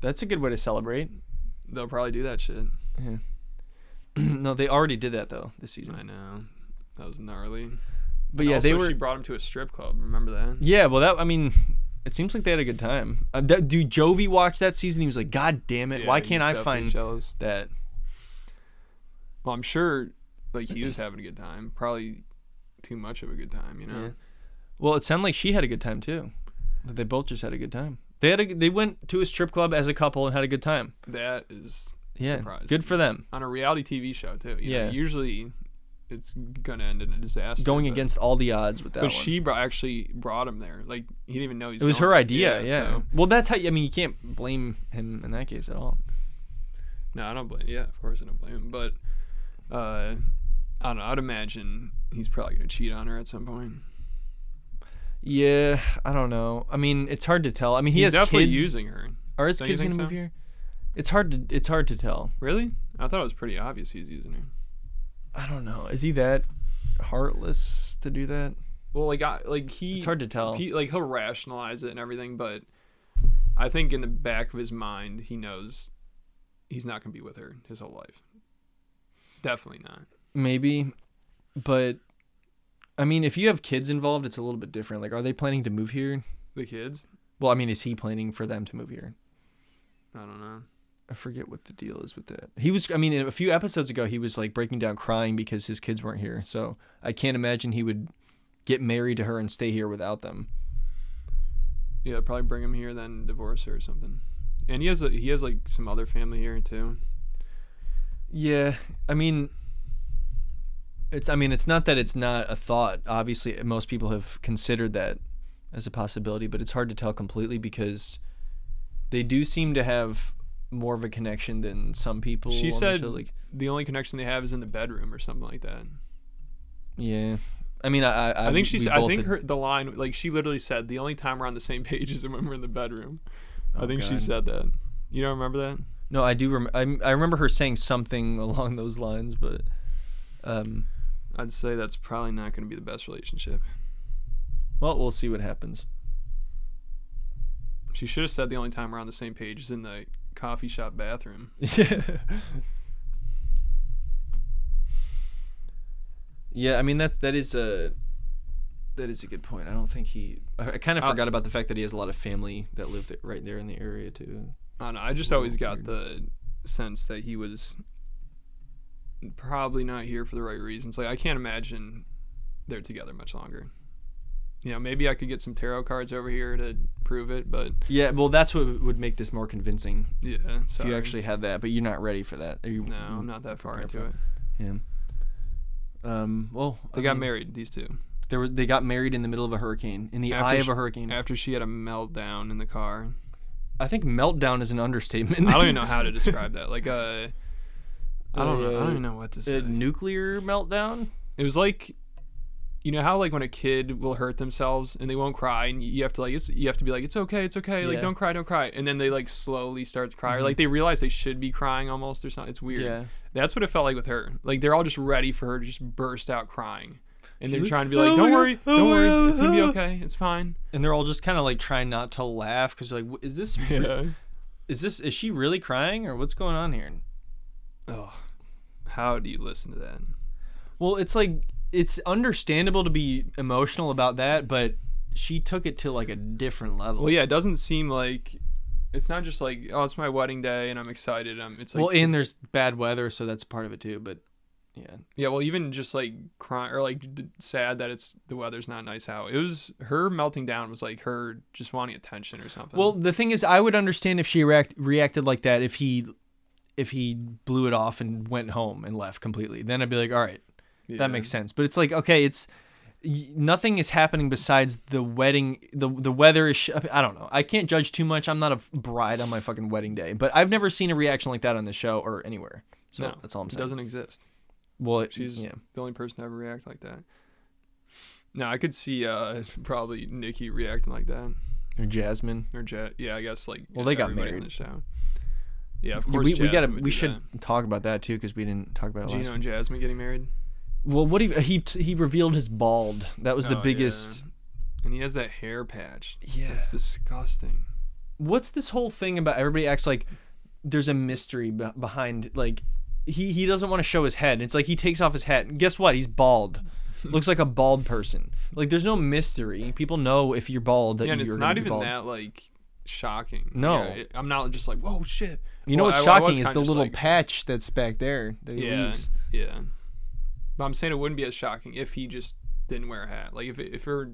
Speaker 2: that's a good way to celebrate.
Speaker 1: They'll probably do that shit.
Speaker 2: no, they already did that though this season.
Speaker 1: I know. That was gnarly.
Speaker 2: But
Speaker 1: And
Speaker 2: yeah, they
Speaker 1: also,
Speaker 2: were.
Speaker 1: She brought him to a strip club. Remember that?
Speaker 2: Yeah, well, that I mean, it seems like they had a good time. Uh, that, dude, Jovi watched that season. He was like, "God damn it,
Speaker 1: Yeah,
Speaker 2: why
Speaker 1: he
Speaker 2: can't
Speaker 1: was
Speaker 2: I
Speaker 1: definitely
Speaker 2: find
Speaker 1: jealous?
Speaker 2: that?"
Speaker 1: Well, I'm sure, like he was having a good time. Probably too much of a good time, you know.
Speaker 2: Yeah. Well, it sounded like she had a good time too. That they both just had a good time. They had a, they went to a strip club as a couple and had a good time.
Speaker 1: That is
Speaker 2: Yeah,
Speaker 1: surprising.
Speaker 2: good for them.
Speaker 1: on a reality TV show too. You
Speaker 2: Yeah.
Speaker 1: Know, usually, it's gonna end in a disaster.
Speaker 2: Going
Speaker 1: but-
Speaker 2: against all the odds with that
Speaker 1: But
Speaker 2: one.
Speaker 1: she brought, actually brought him there. Like he didn't even know he's.
Speaker 2: It was
Speaker 1: going
Speaker 2: her
Speaker 1: there.
Speaker 2: idea, yeah.
Speaker 1: so-
Speaker 2: Well, that's how. I mean, you can't blame him in that case at all.
Speaker 1: no, I don't blame. Yeah, of course I don't blame him. But uh, I don't know. I'd imagine he's probably gonna cheat on her at some point.
Speaker 2: Yeah, I don't know. I mean, it's hard to tell. I mean, he
Speaker 1: he's
Speaker 2: has
Speaker 1: definitely
Speaker 2: kids.
Speaker 1: using her.
Speaker 2: Are his
Speaker 1: Don't you
Speaker 2: kids
Speaker 1: think
Speaker 2: gonna move
Speaker 1: so?
Speaker 2: here? It's hard to. It's hard to tell.
Speaker 1: Really? I thought it was pretty obvious he's using her.
Speaker 2: I don't know. Is he that heartless to do that?
Speaker 1: Well, like I like he.
Speaker 2: It's hard to tell.
Speaker 1: He, like he'll rationalize it and everything, but I think in the back of his mind he knows he's not gonna be with her his whole life. Definitely not.
Speaker 2: Maybe, but I mean, if you have kids involved, it's a little bit different. Like, are they planning to move here?
Speaker 1: The kids?
Speaker 2: Well, I mean, is he planning for them to move here?
Speaker 1: I don't know.
Speaker 2: I forget what the deal is with that. He was, I mean, a few episodes ago, he was like breaking down crying because his kids weren't here. So I can't imagine he would get married to her and stay here without them.
Speaker 1: Yeah, probably bring him here then divorce her or something. And he has a, he has like some other family here too.
Speaker 2: Yeah. I mean, it's, I mean, it's not that it's not a thought. Obviously, most people have considered that as a possibility, but it's hard to tell completely because they do seem to have more of a connection than some people.
Speaker 1: She
Speaker 2: on the
Speaker 1: said-
Speaker 2: show, like,
Speaker 1: The only connection they have is in the bedroom or something like that.
Speaker 2: yeah. I mean, I, I,
Speaker 1: I, think she's
Speaker 2: we
Speaker 1: I
Speaker 2: both
Speaker 1: think
Speaker 2: had-
Speaker 1: her the line like she literally said the only time we're on the same page is when we're in the bedroom. I
Speaker 2: Oh,
Speaker 1: think she
Speaker 2: God.
Speaker 1: said that. You don't remember that?
Speaker 2: No, I do. Rem- I, m- I remember her saying something along those lines, but um,
Speaker 1: I'd say that's probably not going to be the best relationship.
Speaker 2: well, we'll see what happens.
Speaker 1: She should have said the only time we're on the same page is in the coffee shop bathroom.
Speaker 2: yeah, I mean that's that is a that is a good point. I don't think he. I, I kind of
Speaker 1: Uh,
Speaker 2: forgot about the fact that he has a lot of family that live th- right there in the area too.
Speaker 1: I don't know. I just
Speaker 2: Ooh,
Speaker 1: always got
Speaker 2: weird.
Speaker 1: the sense that he was probably not here for the right reasons. Like I can't imagine they're together much longer. You know, maybe I could get some tarot cards over here to prove it, but
Speaker 2: Yeah, well, that's what would make this more convincing
Speaker 1: yeah. So
Speaker 2: if you actually had that, but you're not ready for that. Are you,
Speaker 1: no, I'm not that far
Speaker 2: prepared
Speaker 1: into it.
Speaker 2: Yeah. Um. Well,
Speaker 1: They
Speaker 2: I
Speaker 1: got
Speaker 2: mean,
Speaker 1: married, these two,
Speaker 2: They were they got married in the middle of a hurricane, in the
Speaker 1: After
Speaker 2: eye
Speaker 1: sh-
Speaker 2: of a hurricane.
Speaker 1: after she had a meltdown in the car.
Speaker 2: I think meltdown is an understatement.
Speaker 1: I don't even know how to describe that. Like uh I don't know. I
Speaker 2: Uh,
Speaker 1: don't even know what to say.
Speaker 2: nuclear meltdown.
Speaker 1: It was like you know how like when a kid will hurt themselves and they won't cry and you have to like it's you have to be like it's okay it's okay like
Speaker 2: Yeah. Mm-hmm.
Speaker 1: don't cry don't cry and then they like slowly start to cry or like they realize they should be crying almost or something it's weird
Speaker 2: Yeah.
Speaker 1: that's what it felt like with her like they're all just ready for her to just burst out crying and they're
Speaker 2: like,
Speaker 1: trying to be
Speaker 2: "Oh
Speaker 1: like
Speaker 2: my
Speaker 1: don't
Speaker 2: God,
Speaker 1: worry
Speaker 2: oh
Speaker 1: don't
Speaker 2: my God,
Speaker 1: worry it's gonna be
Speaker 2: oh."
Speaker 1: okay it's fine
Speaker 2: and they're all just kind of like trying not to laugh because like "Wh- is this re-
Speaker 1: yeah
Speaker 2: is this is she really crying or what's going on here
Speaker 1: oh how do you listen to that
Speaker 2: well it's like it's understandable to be emotional about that but she took it to like a different level
Speaker 1: well yeah it doesn't seem like it's not just like oh it's my wedding day and I'm excited um it's like
Speaker 2: well and there's bad weather so that's part of it too but yeah
Speaker 1: Yeah, well, even just like crying or like d- sad that it's the weather's not nice out. It was her melting down was like her just wanting attention or something.
Speaker 2: Well, the thing is, I would understand if she react, reacted like that if he if he blew it off and went home and left completely. Then I'd be like, all right,
Speaker 1: Yeah.
Speaker 2: that makes sense. But it's like, okay, it's y- nothing is happening besides the wedding. the The weather is. Sh- I don't know. I can't judge too much. I'm not a f- bride on my fucking wedding day, but I've never seen a reaction like that on the show or anywhere. So
Speaker 1: No,
Speaker 2: that's all I'm
Speaker 1: It
Speaker 2: saying.
Speaker 1: doesn't exist.
Speaker 2: well, it,
Speaker 1: She's
Speaker 2: yeah.
Speaker 1: the only person to ever react like that. No, I could see uh probably Nikki reacting like that
Speaker 2: Or Jasmine.
Speaker 1: or Jet. Yeah, I guess like
Speaker 2: Well, they got
Speaker 1: everybody
Speaker 2: married.
Speaker 1: in the show. Yeah, of
Speaker 2: Yeah,
Speaker 1: course.
Speaker 2: we, we gotta
Speaker 1: Jasmine would
Speaker 2: we
Speaker 1: do
Speaker 2: should
Speaker 1: that.
Speaker 2: talk about that too because we didn't talk about it last
Speaker 1: Gino and Jasmine getting married.
Speaker 2: Well, what he he he revealed his bald. That was the
Speaker 1: Oh,
Speaker 2: biggest.
Speaker 1: yeah. And he has that hair patch.
Speaker 2: Yeah.
Speaker 1: That's disgusting.
Speaker 2: What's this whole thing about? Everybody acts like there's a mystery b- behind. Like he he doesn't want to show his head. It's like he takes off his hat. And guess what? He's bald. Looks like a bald person. Like there's no mystery. People know if you're bald that
Speaker 1: Yeah, and
Speaker 2: you're
Speaker 1: it's
Speaker 2: gonna
Speaker 1: not
Speaker 2: be
Speaker 1: even
Speaker 2: bald.
Speaker 1: that like shocking.
Speaker 2: No.
Speaker 1: Yeah, it- I'm not just like whoa shit.
Speaker 2: You know
Speaker 1: Well,
Speaker 2: what's
Speaker 1: I- I was
Speaker 2: shocking is
Speaker 1: kinda
Speaker 2: the
Speaker 1: just
Speaker 2: little
Speaker 1: like-
Speaker 2: patch that's back there that he
Speaker 1: Yeah,
Speaker 2: leaves.
Speaker 1: yeah. But I'm saying it wouldn't be as shocking if he just didn't wear a hat. Like if it- if you're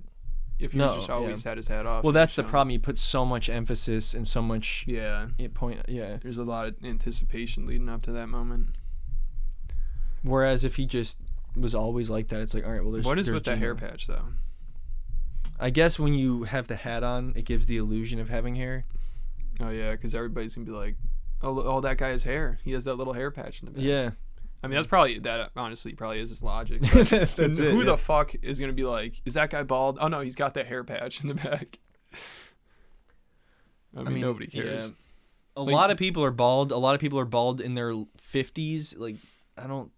Speaker 1: if he
Speaker 2: No,
Speaker 1: just
Speaker 2: yeah.
Speaker 1: always had his hat off.
Speaker 2: Well,
Speaker 1: in the
Speaker 2: that's the
Speaker 1: show.
Speaker 2: problem. You put so much emphasis and so much
Speaker 1: Yeah,
Speaker 2: yeah, point. Yeah.
Speaker 1: there's a lot of anticipation leading up to that moment.
Speaker 2: Whereas if he just was always like that, it's like all right. Well, there's
Speaker 1: what is
Speaker 2: there's
Speaker 1: with that hair
Speaker 2: Gino.
Speaker 1: patch though?
Speaker 2: I guess when you have the hat on, it gives the illusion of having hair.
Speaker 1: Oh yeah, because everybody's gonna be like, oh, lo- oh that guy has hair. He has that little hair patch in the back.
Speaker 2: Yeah.
Speaker 1: I mean that's probably that honestly probably is his logic. but
Speaker 2: That's
Speaker 1: then
Speaker 2: it.
Speaker 1: who
Speaker 2: yeah.
Speaker 1: the fuck is gonna be like, is that guy bald? Oh no, he's got that hair patch in the back. I mean,
Speaker 2: mean,
Speaker 1: nobody cares.
Speaker 2: yeah. a
Speaker 1: like-
Speaker 2: lot of people are bald. A lot of people are bald in their 50s. Like I don't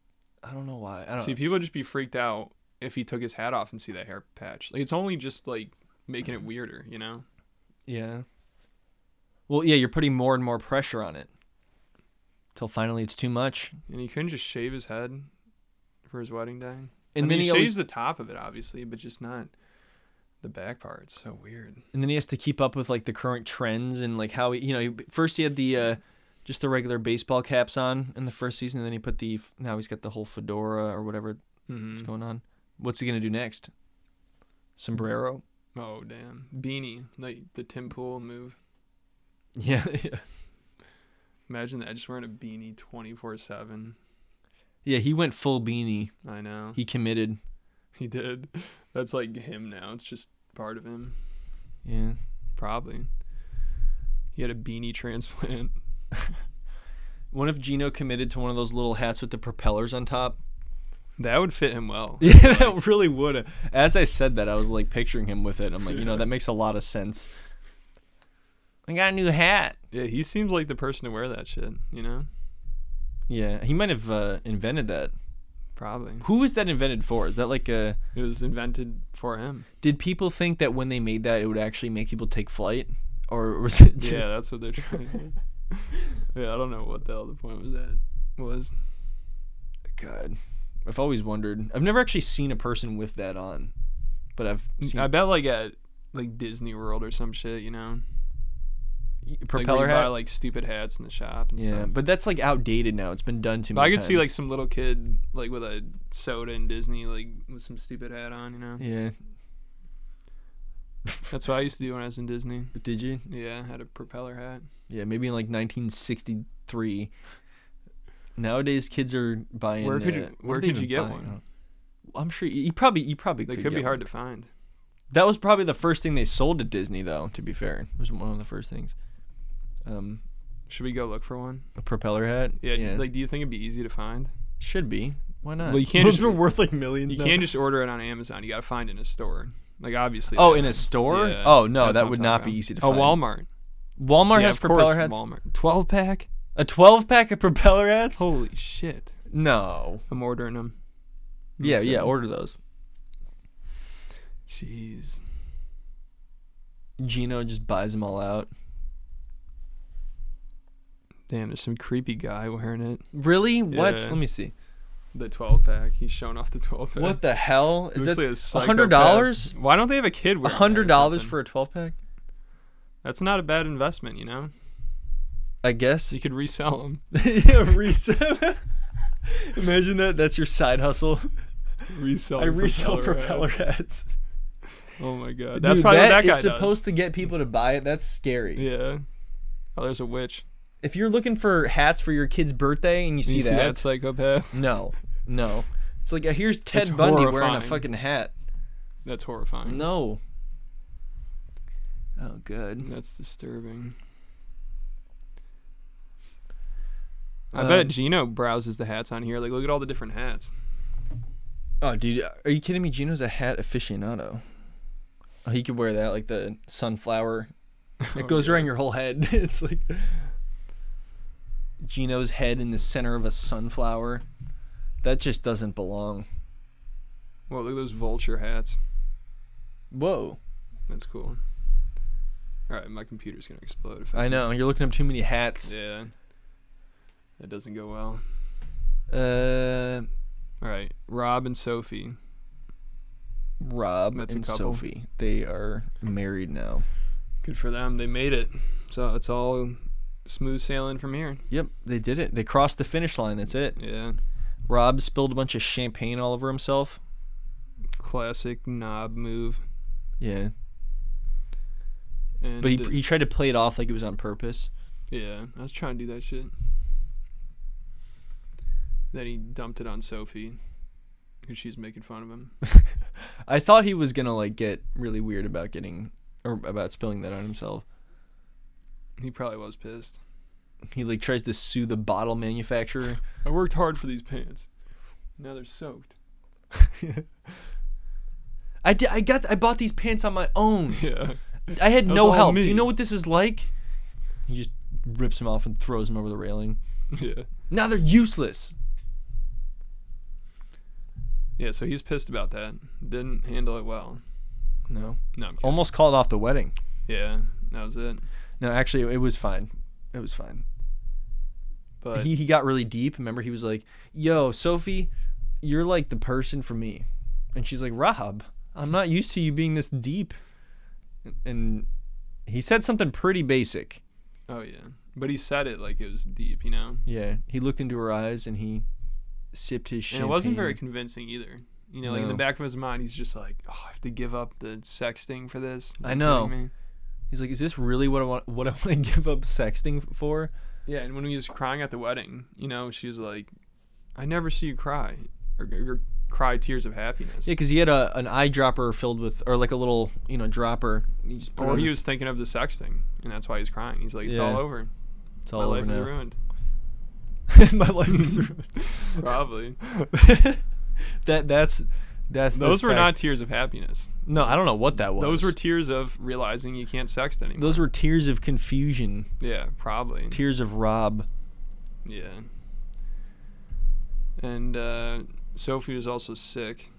Speaker 2: I don't know why. I don't
Speaker 1: See, people would just be freaked out if he took his hat off and see that hair patch. Like it's only just like making it weirder, you know?
Speaker 2: Yeah. Well, yeah, you're putting more and more pressure on it. Till finally it's too much.
Speaker 1: And he couldn't just shave his head for his wedding day.
Speaker 2: And
Speaker 1: And I
Speaker 2: then
Speaker 1: mean,
Speaker 2: he
Speaker 1: he shaves
Speaker 2: always,
Speaker 1: the top of it, obviously, but just not the back part. It's so weird.
Speaker 2: and then he has to keep up with like the current trends and like how he, you know, he, first he had the uh just the regular baseball caps on in the first season and then he put the now he's got the whole fedora or whatever
Speaker 1: hmm
Speaker 2: What's going on? What's he gonna do next? Sombrero.
Speaker 1: Oh damn, beanie like the Tim Pool move.
Speaker 2: Yeah, yeah.
Speaker 1: Imagine that just wearing a beanie twenty four seven.
Speaker 2: Yeah, he went full beanie.
Speaker 1: I know
Speaker 2: He committed.
Speaker 1: he did. That's like him now. It's just part of him,
Speaker 2: Yeah.
Speaker 1: probably. He had a beanie transplant.
Speaker 2: What if Gino committed to one of those little hats with the propellers on top?
Speaker 1: That would fit him well.
Speaker 2: Yeah, that really would. As I said that, I was like picturing him with it. I'm like, you know, that makes a lot of sense. I got a new hat.
Speaker 1: Yeah, he seems like the person to wear that shit, you know?
Speaker 2: Yeah, he might have uh, invented that.
Speaker 1: Probably.
Speaker 2: Who was that invented for? Is that like a?
Speaker 1: It was invented for him.
Speaker 2: Did people think that when they made that, it would actually make people take flight, or was it just?
Speaker 1: yeah, that's what they're trying to do. yeah, I don't know what the hell the point was that was.
Speaker 2: God, I've always wondered. I've never actually seen a person with that on, but I've seen
Speaker 1: I bet like at like Disney World or some shit, you know? Like, where
Speaker 2: propeller
Speaker 1: you
Speaker 2: hat.
Speaker 1: buy like stupid hats in the shop and
Speaker 2: yeah,
Speaker 1: stuff.
Speaker 2: but that's like outdated now. It's been done too
Speaker 1: But
Speaker 2: many
Speaker 1: I could see like
Speaker 2: times.
Speaker 1: some little kid like with a soda in Disney, like with some stupid hat on, you know?
Speaker 2: yeah.
Speaker 1: That's what I used to do when I was in Disney.
Speaker 2: Did you?
Speaker 1: Yeah, I had a propeller hat.
Speaker 2: Yeah, maybe in like 1963. Nowadays, kids are buying.
Speaker 1: Where could
Speaker 2: uh,
Speaker 1: you-
Speaker 2: what
Speaker 1: where
Speaker 2: are they
Speaker 1: could you
Speaker 2: even
Speaker 1: get
Speaker 2: buying?
Speaker 1: one?
Speaker 2: I'm sure you you probably you probably
Speaker 1: They
Speaker 2: could
Speaker 1: could be
Speaker 2: get
Speaker 1: hard
Speaker 2: one.
Speaker 1: to find.
Speaker 2: That was probably the first thing they sold at Disney, though. To be fair, it was one of the first things. Um,
Speaker 1: Should we go look for one?
Speaker 2: a propeller hat.
Speaker 1: yeah. like do you think it'd be easy to find?
Speaker 2: should be. Why not?
Speaker 1: Well, you can't
Speaker 2: Those
Speaker 1: just-
Speaker 2: were worth like millions.
Speaker 1: You
Speaker 2: now.
Speaker 1: can't just order it on Amazon. You got to find it in a store. Like obviously.
Speaker 2: Oh,
Speaker 1: they
Speaker 2: in a
Speaker 1: have-
Speaker 2: store?
Speaker 1: Yeah,
Speaker 2: oh no,
Speaker 1: that's what
Speaker 2: that
Speaker 1: I'm
Speaker 2: would
Speaker 1: talking
Speaker 2: not
Speaker 1: about.
Speaker 2: be easy to
Speaker 1: Oh,
Speaker 2: find.
Speaker 1: Walmart.
Speaker 2: Walmart
Speaker 1: Yeah,
Speaker 2: has
Speaker 1: of course,
Speaker 2: propeller hats.
Speaker 1: Walmart. Twelve pack.
Speaker 2: A twelve pack of propeller hats?
Speaker 1: Holy shit!
Speaker 2: No.
Speaker 1: I'm ordering them.
Speaker 2: Yeah, yeah. Order those.
Speaker 1: Jeez.
Speaker 2: Gino just buys them all out.
Speaker 1: Damn, there's some creepy guy wearing it.
Speaker 2: Really? What?
Speaker 1: Yeah.
Speaker 2: Let me see.
Speaker 1: The 12 pack. He's showing off the 12 pack.
Speaker 2: What the hell?
Speaker 1: He
Speaker 2: Is
Speaker 1: looks
Speaker 2: that
Speaker 1: like a psychopath.
Speaker 2: $100?
Speaker 1: Why don't they have a kid? wearing that or
Speaker 2: hundred dollars
Speaker 1: something?
Speaker 2: for a twelve pack?
Speaker 1: That's not a bad investment, you know.
Speaker 2: I guess.
Speaker 1: You could resell them,
Speaker 2: yeah, resell. Imagine that. That's your side hustle.
Speaker 1: resell.
Speaker 2: I
Speaker 1: the
Speaker 2: resell propeller
Speaker 1: propeller hats.
Speaker 2: heads.
Speaker 1: Oh my god, that's probably what that guy
Speaker 2: is supposed
Speaker 1: does.
Speaker 2: to get people to buy it. That's scary.
Speaker 1: Yeah. Oh, there's a witch.
Speaker 2: If you're looking for hats for your kid's birthday and you see,
Speaker 1: you see
Speaker 2: that,
Speaker 1: that psychopath?
Speaker 2: no, no. It's like uh, here's Ted
Speaker 1: It's
Speaker 2: Bundy wearing a
Speaker 1: horrifying.
Speaker 2: fucking hat.
Speaker 1: That's horrifying.
Speaker 2: No. Oh, good.
Speaker 1: That's disturbing. I
Speaker 2: Uh,
Speaker 1: bet Gino browses the hats on here. Like, look at all the different hats.
Speaker 2: Oh, dude, are you kidding me? Gino's a hat aficionado. Oh, he could wear that like the sunflower.
Speaker 1: Oh,
Speaker 2: It goes around your whole head. it's like Gino's head in the center of a sunflower. That just doesn't belong.
Speaker 1: Well, look at those vulture hats.
Speaker 2: Whoa.
Speaker 1: That's cool. All right, my computer's gonna explode. If
Speaker 2: I know. You're looking up too many hats.
Speaker 1: Yeah. That doesn't go well.
Speaker 2: Uh,
Speaker 1: All right, Rob and Sophie.
Speaker 2: Rob
Speaker 1: That's a
Speaker 2: and
Speaker 1: couple.
Speaker 2: Sophie. They are married now.
Speaker 1: Good for them. They made it. So it's all smooth sailing from here.
Speaker 2: Yep, they did it. They crossed the finish line. That's it.
Speaker 1: Yeah.
Speaker 2: Rob spilled a bunch of champagne all over himself.
Speaker 1: Classic knob move.
Speaker 2: Yeah,
Speaker 1: And
Speaker 2: but he, he tried to play it off like it was on purpose.
Speaker 1: yeah, I was trying to do that shit. Then he dumped it on Sophie, because she's making fun of him.
Speaker 2: I thought he was gonna like get really weird about getting or about spilling that on himself.
Speaker 1: He probably was pissed.
Speaker 2: He like tries to sue the bottle manufacturer.
Speaker 1: I worked hard for these pants. Now they're soaked.
Speaker 2: I did, I got I bought these pants on my own.
Speaker 1: Yeah.
Speaker 2: I had
Speaker 1: That was
Speaker 2: no
Speaker 1: all
Speaker 2: help. Do
Speaker 1: me.
Speaker 2: you know what this is like? He just rips him off and throws him over the railing.
Speaker 1: Yeah.
Speaker 2: Now they're useless.
Speaker 1: Yeah, so he's pissed about that. Didn't handle it well.
Speaker 2: No.
Speaker 1: No, I'm kidding.
Speaker 2: Almost called off the wedding.
Speaker 1: yeah, that was it.
Speaker 2: No, actually, it was fine. It was fine.
Speaker 1: But
Speaker 2: he he got really deep. Remember, he was like, "Yo, Sophie, you're like the person for me," and she's like, "Rahab, I'm not used to you being this deep." And he said something pretty basic.
Speaker 1: oh yeah, but he said it like it was deep, you know.
Speaker 2: Yeah, he looked into her eyes and he sipped his
Speaker 1: And
Speaker 2: champagne.
Speaker 1: it wasn't very convincing either. You know, like in the
Speaker 2: No.
Speaker 1: back of his mind, he's just like, "Oh, I have to give up the sexting for this." You
Speaker 2: I
Speaker 1: kidding
Speaker 2: know.
Speaker 1: me?
Speaker 2: He's like, "Is this really what I want? What I want to give up sexting f- for?"
Speaker 1: Yeah, and when he was crying at the wedding, you know, she was like, "I never see you cry or, or cry tears of happiness."
Speaker 2: Yeah, because he had a an eyedropper filled with, or like a little you know dropper. You just put it
Speaker 1: or
Speaker 2: on
Speaker 1: he
Speaker 2: the-
Speaker 1: was thinking of the sexting, and that's why he's crying. He's like, "It's
Speaker 2: Yeah.
Speaker 1: all over.
Speaker 2: it's
Speaker 1: My
Speaker 2: all
Speaker 1: life
Speaker 2: over
Speaker 1: is
Speaker 2: now.
Speaker 1: ruined."
Speaker 2: My life is ruined.
Speaker 1: Probably.
Speaker 2: that that's that's the
Speaker 1: Those were
Speaker 2: fact.
Speaker 1: not tears of happiness.
Speaker 2: No, I don't know what that was.
Speaker 1: Those were tears of realizing you can't sext anymore.
Speaker 2: those were tears of confusion,
Speaker 1: yeah, probably.
Speaker 2: tears of Rob.
Speaker 1: Yeah. And uh, Sophie was also sick.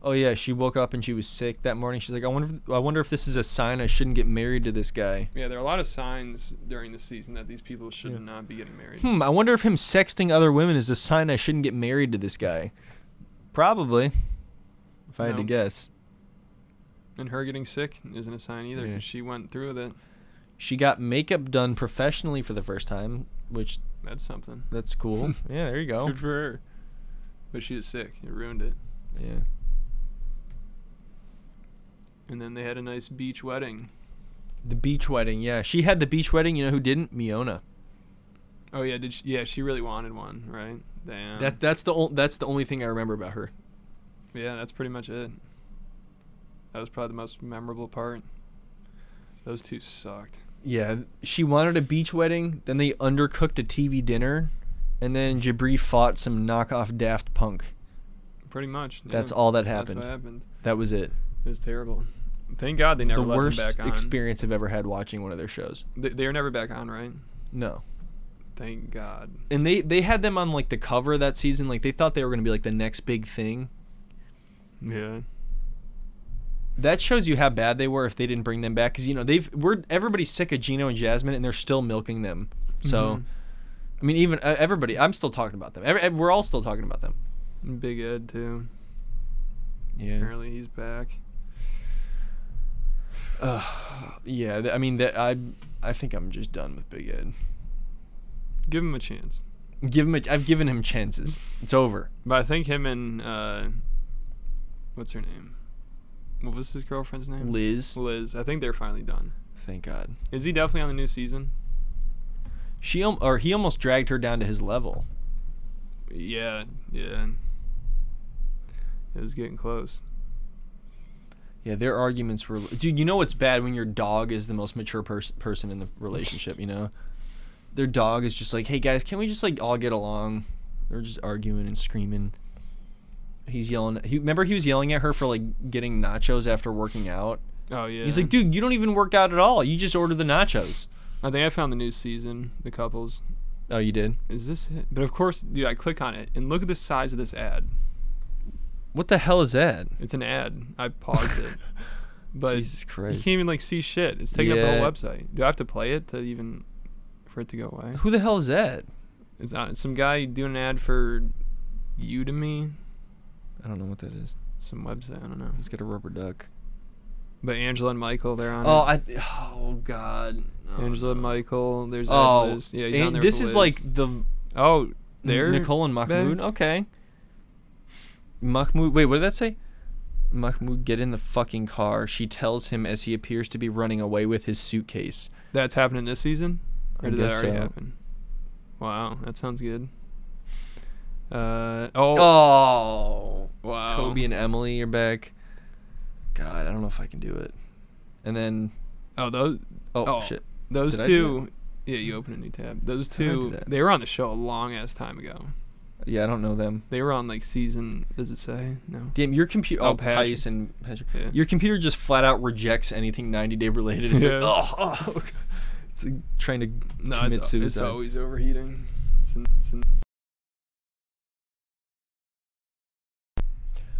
Speaker 2: Oh yeah, she woke up and she was sick that morning. She's like, I wonder, if, I wonder if this is a sign I shouldn't get married to this guy.
Speaker 1: Yeah, there are a lot of signs during the season that these people should not be getting married.
Speaker 2: Hmm, I wonder if him sexting other women is a sign I shouldn't get married to this guy. Probably, if I had to
Speaker 1: No.
Speaker 2: guess.
Speaker 1: And her getting sick isn't a sign either
Speaker 2: Yeah.
Speaker 1: because she went through with it.
Speaker 2: She got makeup done professionally for the first time, which
Speaker 1: That's something.
Speaker 2: that's cool. yeah, there you go.
Speaker 1: Good for her. But she was sick. It ruined it.
Speaker 2: Yeah.
Speaker 1: And then they had a nice beach wedding.
Speaker 2: The beach wedding. Yeah, she had the beach wedding. You know who didn't? Miona.
Speaker 1: Oh yeah, did she, yeah she really wanted one, right? Damn.
Speaker 2: That that's the ol- that's the only thing I remember about her.
Speaker 1: Yeah, that's pretty much it. That was probably the most memorable part. Those two sucked.
Speaker 2: Yeah, she wanted a beach wedding. Then they undercooked a TV dinner, and then Jabri fought some knockoff Daft Punk.
Speaker 1: Pretty much. yeah.
Speaker 2: That's all that
Speaker 1: That's
Speaker 2: happened.
Speaker 1: what happened.
Speaker 2: That was it.
Speaker 1: It was terrible. Thank God they never
Speaker 2: the
Speaker 1: let
Speaker 2: worst
Speaker 1: them back on.
Speaker 2: experience I've ever had watching one of their shows.
Speaker 1: They, they're never back on, right?
Speaker 2: No.
Speaker 1: Thank God.
Speaker 2: And they they had them on like the cover that season. Like they thought they were gonna be like the next big thing.
Speaker 1: Yeah.
Speaker 2: That shows you how bad they were if they didn't bring them back. Cause you know they've we're everybody's sick of Gino and Jasmine and they're still milking them. So,
Speaker 1: Mm-hmm.
Speaker 2: I mean even uh, everybody. I'm still talking about them. Every, ev- we're all still talking about them.
Speaker 1: Mm-hmm. And Big Ed too.
Speaker 2: Yeah.
Speaker 1: Apparently he's back.
Speaker 2: Yeah. th- I mean that I I think I'm just done with Big Ed.
Speaker 1: Give him a chance.
Speaker 2: Give him a, I've given him chances. It's over.
Speaker 1: But I think him and uh, what's her name? What was his girlfriend's name?
Speaker 2: Liz.
Speaker 1: Liz. I think they're finally done.
Speaker 2: Thank God.
Speaker 1: Is he definitely on the new season?
Speaker 2: She al- or he almost dragged her down to his level.
Speaker 1: Yeah. Yeah. It was getting close.
Speaker 2: Yeah, their arguments were. Dude, you know what's bad when your dog is the most mature pers- person in the relationship. You know, their dog is just like, "Hey guys, can we just like all get along?" They're just arguing and screaming. He's yelling. He, remember, he was yelling at her for like getting nachos after working out.
Speaker 1: Oh yeah.
Speaker 2: He's like, "Dude, you don't even work out at all. You just order the nachos."
Speaker 1: I think I found the new season. The couples.
Speaker 2: Oh, you did.
Speaker 1: Is this it? But of course, dude, I click on it and look at the size of this ad.
Speaker 2: What the hell is that?
Speaker 1: It's an ad. I paused it. But
Speaker 2: Jesus
Speaker 1: you
Speaker 2: Christ!
Speaker 1: can't even like see shit. It's taking up the
Speaker 2: Yeah.
Speaker 1: whole website. Do I have to play it to even for it to go away?
Speaker 2: Who the hell is that?
Speaker 1: It's not it's some guy doing an ad for Udemy,
Speaker 2: I don't know what that is.
Speaker 1: some website. I don't know.
Speaker 2: got a rubber duck.
Speaker 1: But Angela and Michael, they're on.
Speaker 2: Oh,
Speaker 1: Oh,
Speaker 2: I. Oh God. Oh,
Speaker 1: Angela and Michael. There's
Speaker 2: Oh,
Speaker 1: Ed Liz. yeah. He's on
Speaker 2: and
Speaker 1: there with
Speaker 2: this is
Speaker 1: Liz.
Speaker 2: like the
Speaker 1: oh, there.
Speaker 2: There, Nicole and Mahmoud. Okay. Mahmoud. Wait, what did that say? Mahmoud, get in the fucking car. She tells him as he appears to be running away with his suitcase.
Speaker 1: That's happening this season. Or
Speaker 2: I
Speaker 1: did that
Speaker 2: guess
Speaker 1: already
Speaker 2: so.
Speaker 1: happen? Wow, that sounds good. Uh oh,
Speaker 2: Oh,
Speaker 1: wow.
Speaker 2: Kobe and Emily are back. God, I don't know if I can do it. And then,
Speaker 1: oh those
Speaker 2: oh,
Speaker 1: Oh,
Speaker 2: shit.
Speaker 1: those
Speaker 2: Did I do
Speaker 1: two. Yeah, you open a new tab. Those
Speaker 2: How did I do
Speaker 1: two,
Speaker 2: that?
Speaker 1: they were on the show a long ass time ago.
Speaker 2: Yeah, I don't know them.
Speaker 1: They were on like season. Does it say? No.
Speaker 2: Damn, your computer.
Speaker 1: Oh,
Speaker 2: Oh,
Speaker 1: Patrick.
Speaker 2: Tice and Patrick.
Speaker 1: Yeah.
Speaker 2: Your computer just flat out rejects anything 90 day related. It's
Speaker 1: Yeah.
Speaker 2: like, oh, oh. it's like trying to
Speaker 1: No,
Speaker 2: commit
Speaker 1: it's,
Speaker 2: suicide.
Speaker 1: it's always overheating. It's an- it's an-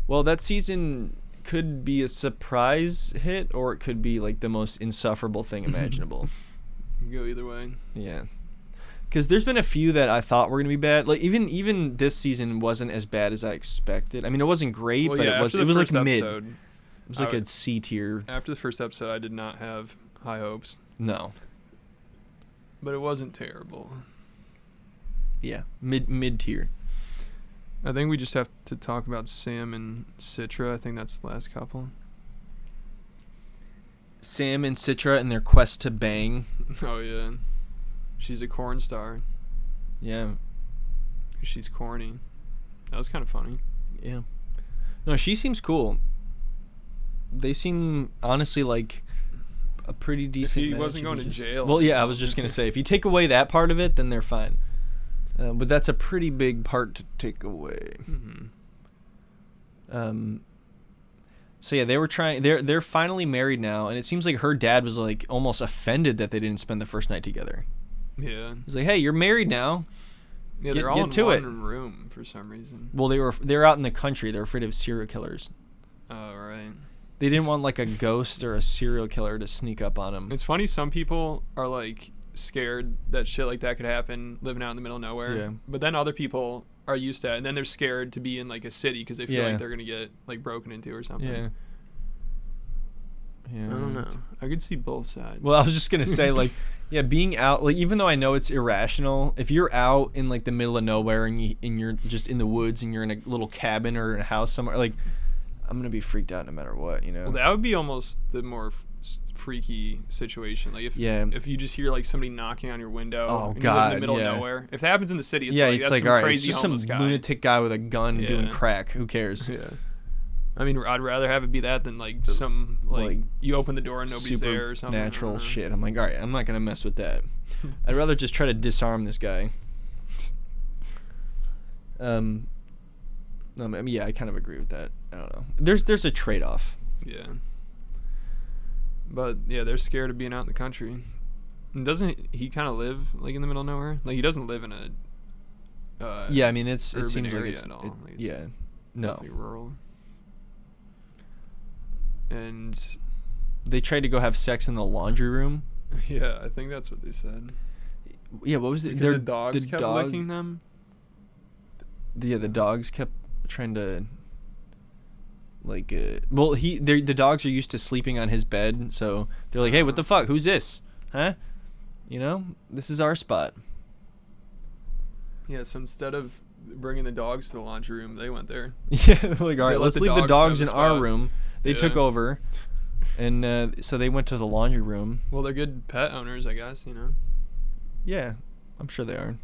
Speaker 2: Well, that season could be a surprise hit, or it could be like the most insufferable thing imaginable.
Speaker 1: you can go either way.
Speaker 2: yeah, because there's been a few that I thought were gonna be bad. Like even even this season wasn't as bad as I expected. I mean, it wasn't great,
Speaker 1: Well,
Speaker 2: but
Speaker 1: yeah,
Speaker 2: it was
Speaker 1: after
Speaker 2: it
Speaker 1: the
Speaker 2: was like
Speaker 1: first
Speaker 2: mid. It
Speaker 1: episode-
Speaker 2: was
Speaker 1: I
Speaker 2: like a
Speaker 1: would-
Speaker 2: C tier.
Speaker 1: After the first episode, I did not have high hopes,
Speaker 2: No,
Speaker 1: but it wasn't terrible.
Speaker 2: yeah, mid mid tier.
Speaker 1: I think we just have to talk about Sam and Citra. I think that's the last couple.
Speaker 2: Sam and Citra in their quest to bang.
Speaker 1: Oh yeah, she's a corn star.
Speaker 2: Yeah,
Speaker 1: 'cause She's corny. That was kind of funny.
Speaker 2: Yeah. No, she seems cool. They seem honestly like a pretty decent.
Speaker 1: he
Speaker 2: match
Speaker 1: wasn't
Speaker 2: if
Speaker 1: going
Speaker 2: you
Speaker 1: to
Speaker 2: just-
Speaker 1: jail,
Speaker 2: Well, yeah, I was just gonna say if you take away that part of it, then they're fine. Uh, but that's a pretty big part to take away.
Speaker 1: hmm
Speaker 2: Um, so yeah, they were trying. They're they're finally married now, and it seems like her dad was like almost offended that they didn't spend the first night together.
Speaker 1: Yeah,
Speaker 2: He's like, "Hey, you're married now."
Speaker 1: yeah.
Speaker 2: Get-
Speaker 1: they're all
Speaker 2: get
Speaker 1: in
Speaker 2: to
Speaker 1: one
Speaker 2: it.
Speaker 1: room for some reason.
Speaker 2: Well, they were they're out in the country. They're afraid of serial killers.
Speaker 1: Oh right.
Speaker 2: They didn't want like a ghost or a serial killer to sneak up on them.
Speaker 1: It's funny. Some people are like scared that shit like that could happen living out in the middle of nowhere.
Speaker 2: Yeah.
Speaker 1: But then other people are used to it, and then they're scared to be in like a city because they feel
Speaker 2: Yeah.
Speaker 1: like they're gonna get like broken into or something.
Speaker 2: Yeah. Yeah.
Speaker 1: I don't know. I could see both sides.
Speaker 2: Well, I was just gonna say like, uh, yeah, being out like even though I know it's irrational, if you're out in like the middle of nowhere and you and you're just in the woods and you're in a little cabin or in a house somewhere, like I'm gonna be freaked out no matter what, you know.
Speaker 1: Well, that would be almost the more f- s- freaky situation. Like if
Speaker 2: Yeah.
Speaker 1: if you just hear like somebody knocking on your window
Speaker 2: Oh,
Speaker 1: and you live in
Speaker 2: God,
Speaker 1: the middle
Speaker 2: yeah.
Speaker 1: of nowhere. If that happens in the city, it's
Speaker 2: yeah,
Speaker 1: like
Speaker 2: it's
Speaker 1: that's
Speaker 2: like
Speaker 1: some
Speaker 2: all right,
Speaker 1: crazy
Speaker 2: it's just some
Speaker 1: homeless guy.
Speaker 2: lunatic guy with a gun doing
Speaker 1: Yeah.
Speaker 2: crack. Who cares?
Speaker 1: Yeah. I mean, I'd rather have it be that than like some like,
Speaker 2: like,
Speaker 1: you open the door and nobody's
Speaker 2: Super
Speaker 1: there or something. I don't
Speaker 2: natural
Speaker 1: know.
Speaker 2: shit. I'm like, all right, I'm not gonna mess with that. I'd rather just try to disarm this guy. Um, no, I mean, yeah, I kind of agree with that. I don't know. There's there's a trade off.
Speaker 1: Yeah. But yeah, they're scared of being out in the country. And doesn't he kind of live like in the middle of nowhere? Like he doesn't live in a. Uh,
Speaker 2: Yeah, I mean it's
Speaker 1: urban
Speaker 2: it seems like
Speaker 1: area
Speaker 2: it's,
Speaker 1: at all,
Speaker 2: it-
Speaker 1: like it's
Speaker 2: yeah, no.
Speaker 1: definitely rural. And
Speaker 2: They tried to go have sex in the laundry room.
Speaker 1: yeah, I think that's what they said.
Speaker 2: Yeah, what was it?
Speaker 1: Because
Speaker 2: Their-
Speaker 1: the dogs
Speaker 2: the
Speaker 1: kept
Speaker 2: dog-
Speaker 1: licking them.
Speaker 2: the- yeah, the dogs kept trying to like uh, well he they the dogs are used to sleeping on his bed, so they're like, "Hey, what
Speaker 1: Uh-huh.
Speaker 2: the fuck? Who's this? Huh? You know, this is our spot."
Speaker 1: Yeah, so instead of bringing the dogs to the laundry room, they went there.
Speaker 2: Yeah, they're like all right,
Speaker 1: let
Speaker 2: let's
Speaker 1: the
Speaker 2: leave the
Speaker 1: dogs
Speaker 2: dogs
Speaker 1: have
Speaker 2: in
Speaker 1: a
Speaker 2: our
Speaker 1: spot."
Speaker 2: room. They took
Speaker 1: Yeah.
Speaker 2: over, and uh, so they went to the laundry room.
Speaker 1: Well, they're good pet owners, I guess. You know.
Speaker 2: Yeah, I'm sure they are.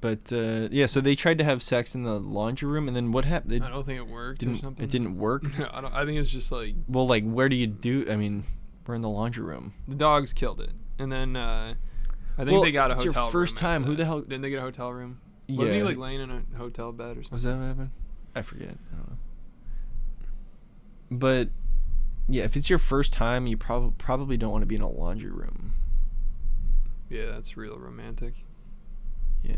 Speaker 2: But uh, yeah, so they tried to have sex in the laundry room, and then what happened? It
Speaker 1: I don't think it worked or
Speaker 2: didn't.
Speaker 1: something.
Speaker 2: It didn't work.
Speaker 1: No, I don't. I think it's just like
Speaker 2: well, like where do you do? I mean, we're in the laundry room.
Speaker 1: the dogs killed it, and then uh, I think
Speaker 2: Well,
Speaker 1: they got
Speaker 2: if
Speaker 1: a
Speaker 2: it's your
Speaker 1: hotel. room
Speaker 2: first
Speaker 1: after
Speaker 2: time, who
Speaker 1: that.
Speaker 2: the hell-
Speaker 1: didn't they get a hotel room? Wasn't he like laying in a hotel bed or something?
Speaker 2: Was that what happened? I forget. I don't know. But yeah, if it's your first time, you probably probably don't want to be in a laundry room.
Speaker 1: Yeah, that's real romantic.
Speaker 2: Yeah.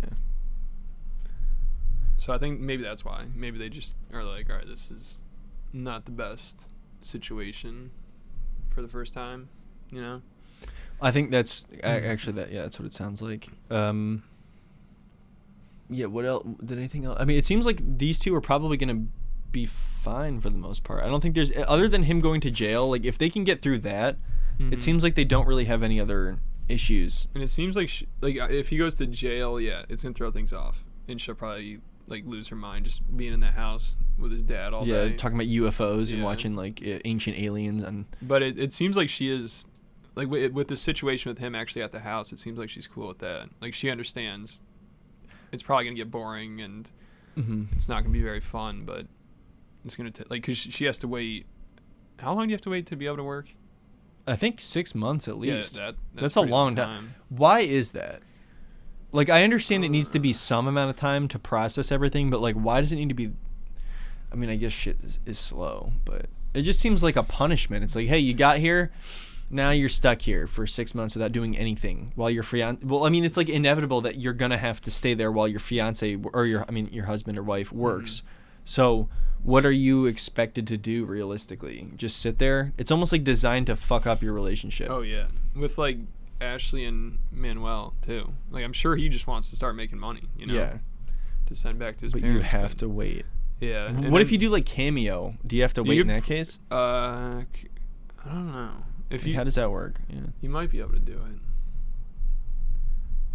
Speaker 1: So I think maybe that's why. Maybe they just are like, all right, this is not the best situation for the first time. You know?
Speaker 2: I think that's a-
Speaker 1: Mm.
Speaker 2: actually that. Yeah, that's what it sounds like. Um, yeah. What else? Did anything else? I mean, it seems like these two are probably gonna be fine for the most part. I don't think there's eh, other than him going to jail. Like, if they can get through that,
Speaker 1: Mhm.
Speaker 2: it seems like they don't really have any other issues.
Speaker 1: And it seems like she, like uh, if he goes to jail, yeah, it's gonna throw things off, and she'll probably like lose her mind just being in that house with his dad all
Speaker 2: yeah,
Speaker 1: day.
Speaker 2: talking about UFOs and
Speaker 1: Yeah.
Speaker 2: watching like a- ancient aliens and
Speaker 1: but it, it seems like she is like wi with the situation with him actually at the house. It seems like she's cool with that. Like she understands. It's probably gonna get boring and it's not gonna be very fun, but it's gonna t- like because she has to wait. How long do you have to wait to be able to work?
Speaker 2: I think six months at least.
Speaker 1: yeah, that,
Speaker 2: That's a
Speaker 1: pretty
Speaker 2: long time. Why is that? Like I understand it needs to be some amount of time to process everything, but like why does it need to be I mean, I guess shit is, is slow, but it just seems like a punishment. It's like, hey, you got here, now you're stuck here for 6 months without doing anything while your fiance Well, I mean, it's like inevitable that you're going to have to stay there while your fiance or your I mean, your husband or wife works. So, what are you expected to do realistically? Just sit there? It's almost like designed to fuck up your relationship.
Speaker 1: Oh yeah, with like Ashley and Manuel too. Like I'm sure he just wants to start making money. You know,
Speaker 2: Yeah.
Speaker 1: to send back to his
Speaker 2: But
Speaker 1: parents.
Speaker 2: you have to wait.
Speaker 1: Yeah.
Speaker 2: What
Speaker 1: and
Speaker 2: if you
Speaker 1: then,
Speaker 2: do like cameo? Do you have to
Speaker 1: You
Speaker 2: wait in
Speaker 1: could-
Speaker 2: that case?
Speaker 1: Uh, c- I don't know. If
Speaker 2: Like,
Speaker 1: you
Speaker 2: how does that work? Yeah.
Speaker 1: you might be able to do it.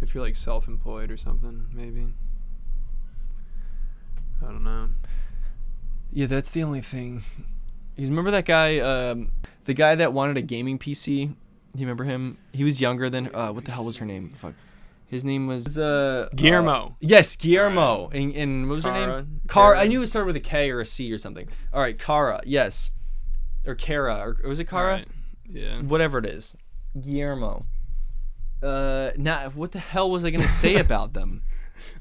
Speaker 1: If you're like self-employed or something, maybe. I don't know.
Speaker 2: Yeah, that's the only thing. Because remember that guy, um, the guy that wanted a gaming PC. Do you remember him? He was younger than. Uh, what the hell was her name? Fuck. His name was uh,
Speaker 1: Guillermo.
Speaker 2: uh, yes, Guillermo. And, and what was her
Speaker 1: Cara?
Speaker 2: name? Cara. I
Speaker 1: Cara?
Speaker 2: knew it started with a K or a C or something. All right, Cara. Yes, or Cara, or was it Cara?
Speaker 1: Alright, Yeah.
Speaker 2: whatever it is, Guillermo. Uh, now what the hell was I gonna say about them?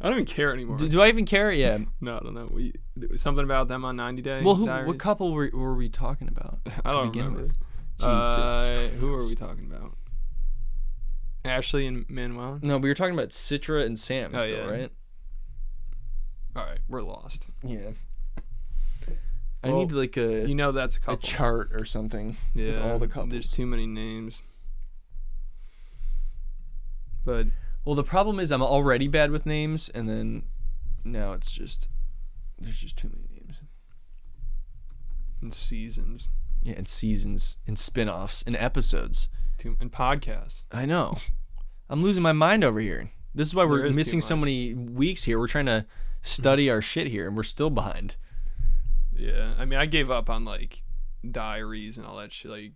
Speaker 1: I don't even care anymore.
Speaker 2: Do, do I even care? Yeah.
Speaker 1: no, I don't know. We there was something about them on 90 Day.
Speaker 2: Well, who,
Speaker 1: Diaries?
Speaker 2: what couple were, were we talking about?
Speaker 1: I
Speaker 2: to
Speaker 1: don't
Speaker 2: begin
Speaker 1: remember.
Speaker 2: with? Jesus.
Speaker 1: Uh, who are we talking about? Ashley and Manuel.
Speaker 2: no, we were talking about Citra and Sam,
Speaker 1: Oh, yeah.
Speaker 2: still, right?
Speaker 1: All right, we're lost.
Speaker 2: Yeah. I
Speaker 1: Well,
Speaker 2: need like a,
Speaker 1: You know that's a
Speaker 2: a
Speaker 1: couple.
Speaker 2: chart or something
Speaker 1: yeah,
Speaker 2: with all the
Speaker 1: There's
Speaker 2: couples.
Speaker 1: too many names. But
Speaker 2: well, the problem is I'm already bad with names, and then now it's just there's just too many names.
Speaker 1: in seasons,
Speaker 2: Yeah, and seasons and spin-offs and episodes.
Speaker 1: too and podcasts.
Speaker 2: I know. I'm losing my mind over here. This is why we're
Speaker 1: There is too
Speaker 2: missing so
Speaker 1: much.
Speaker 2: many weeks here. We're trying to study our shit here, and we're still behind.
Speaker 1: Yeah, I mean, I gave up on like diaries and all that shit. Like,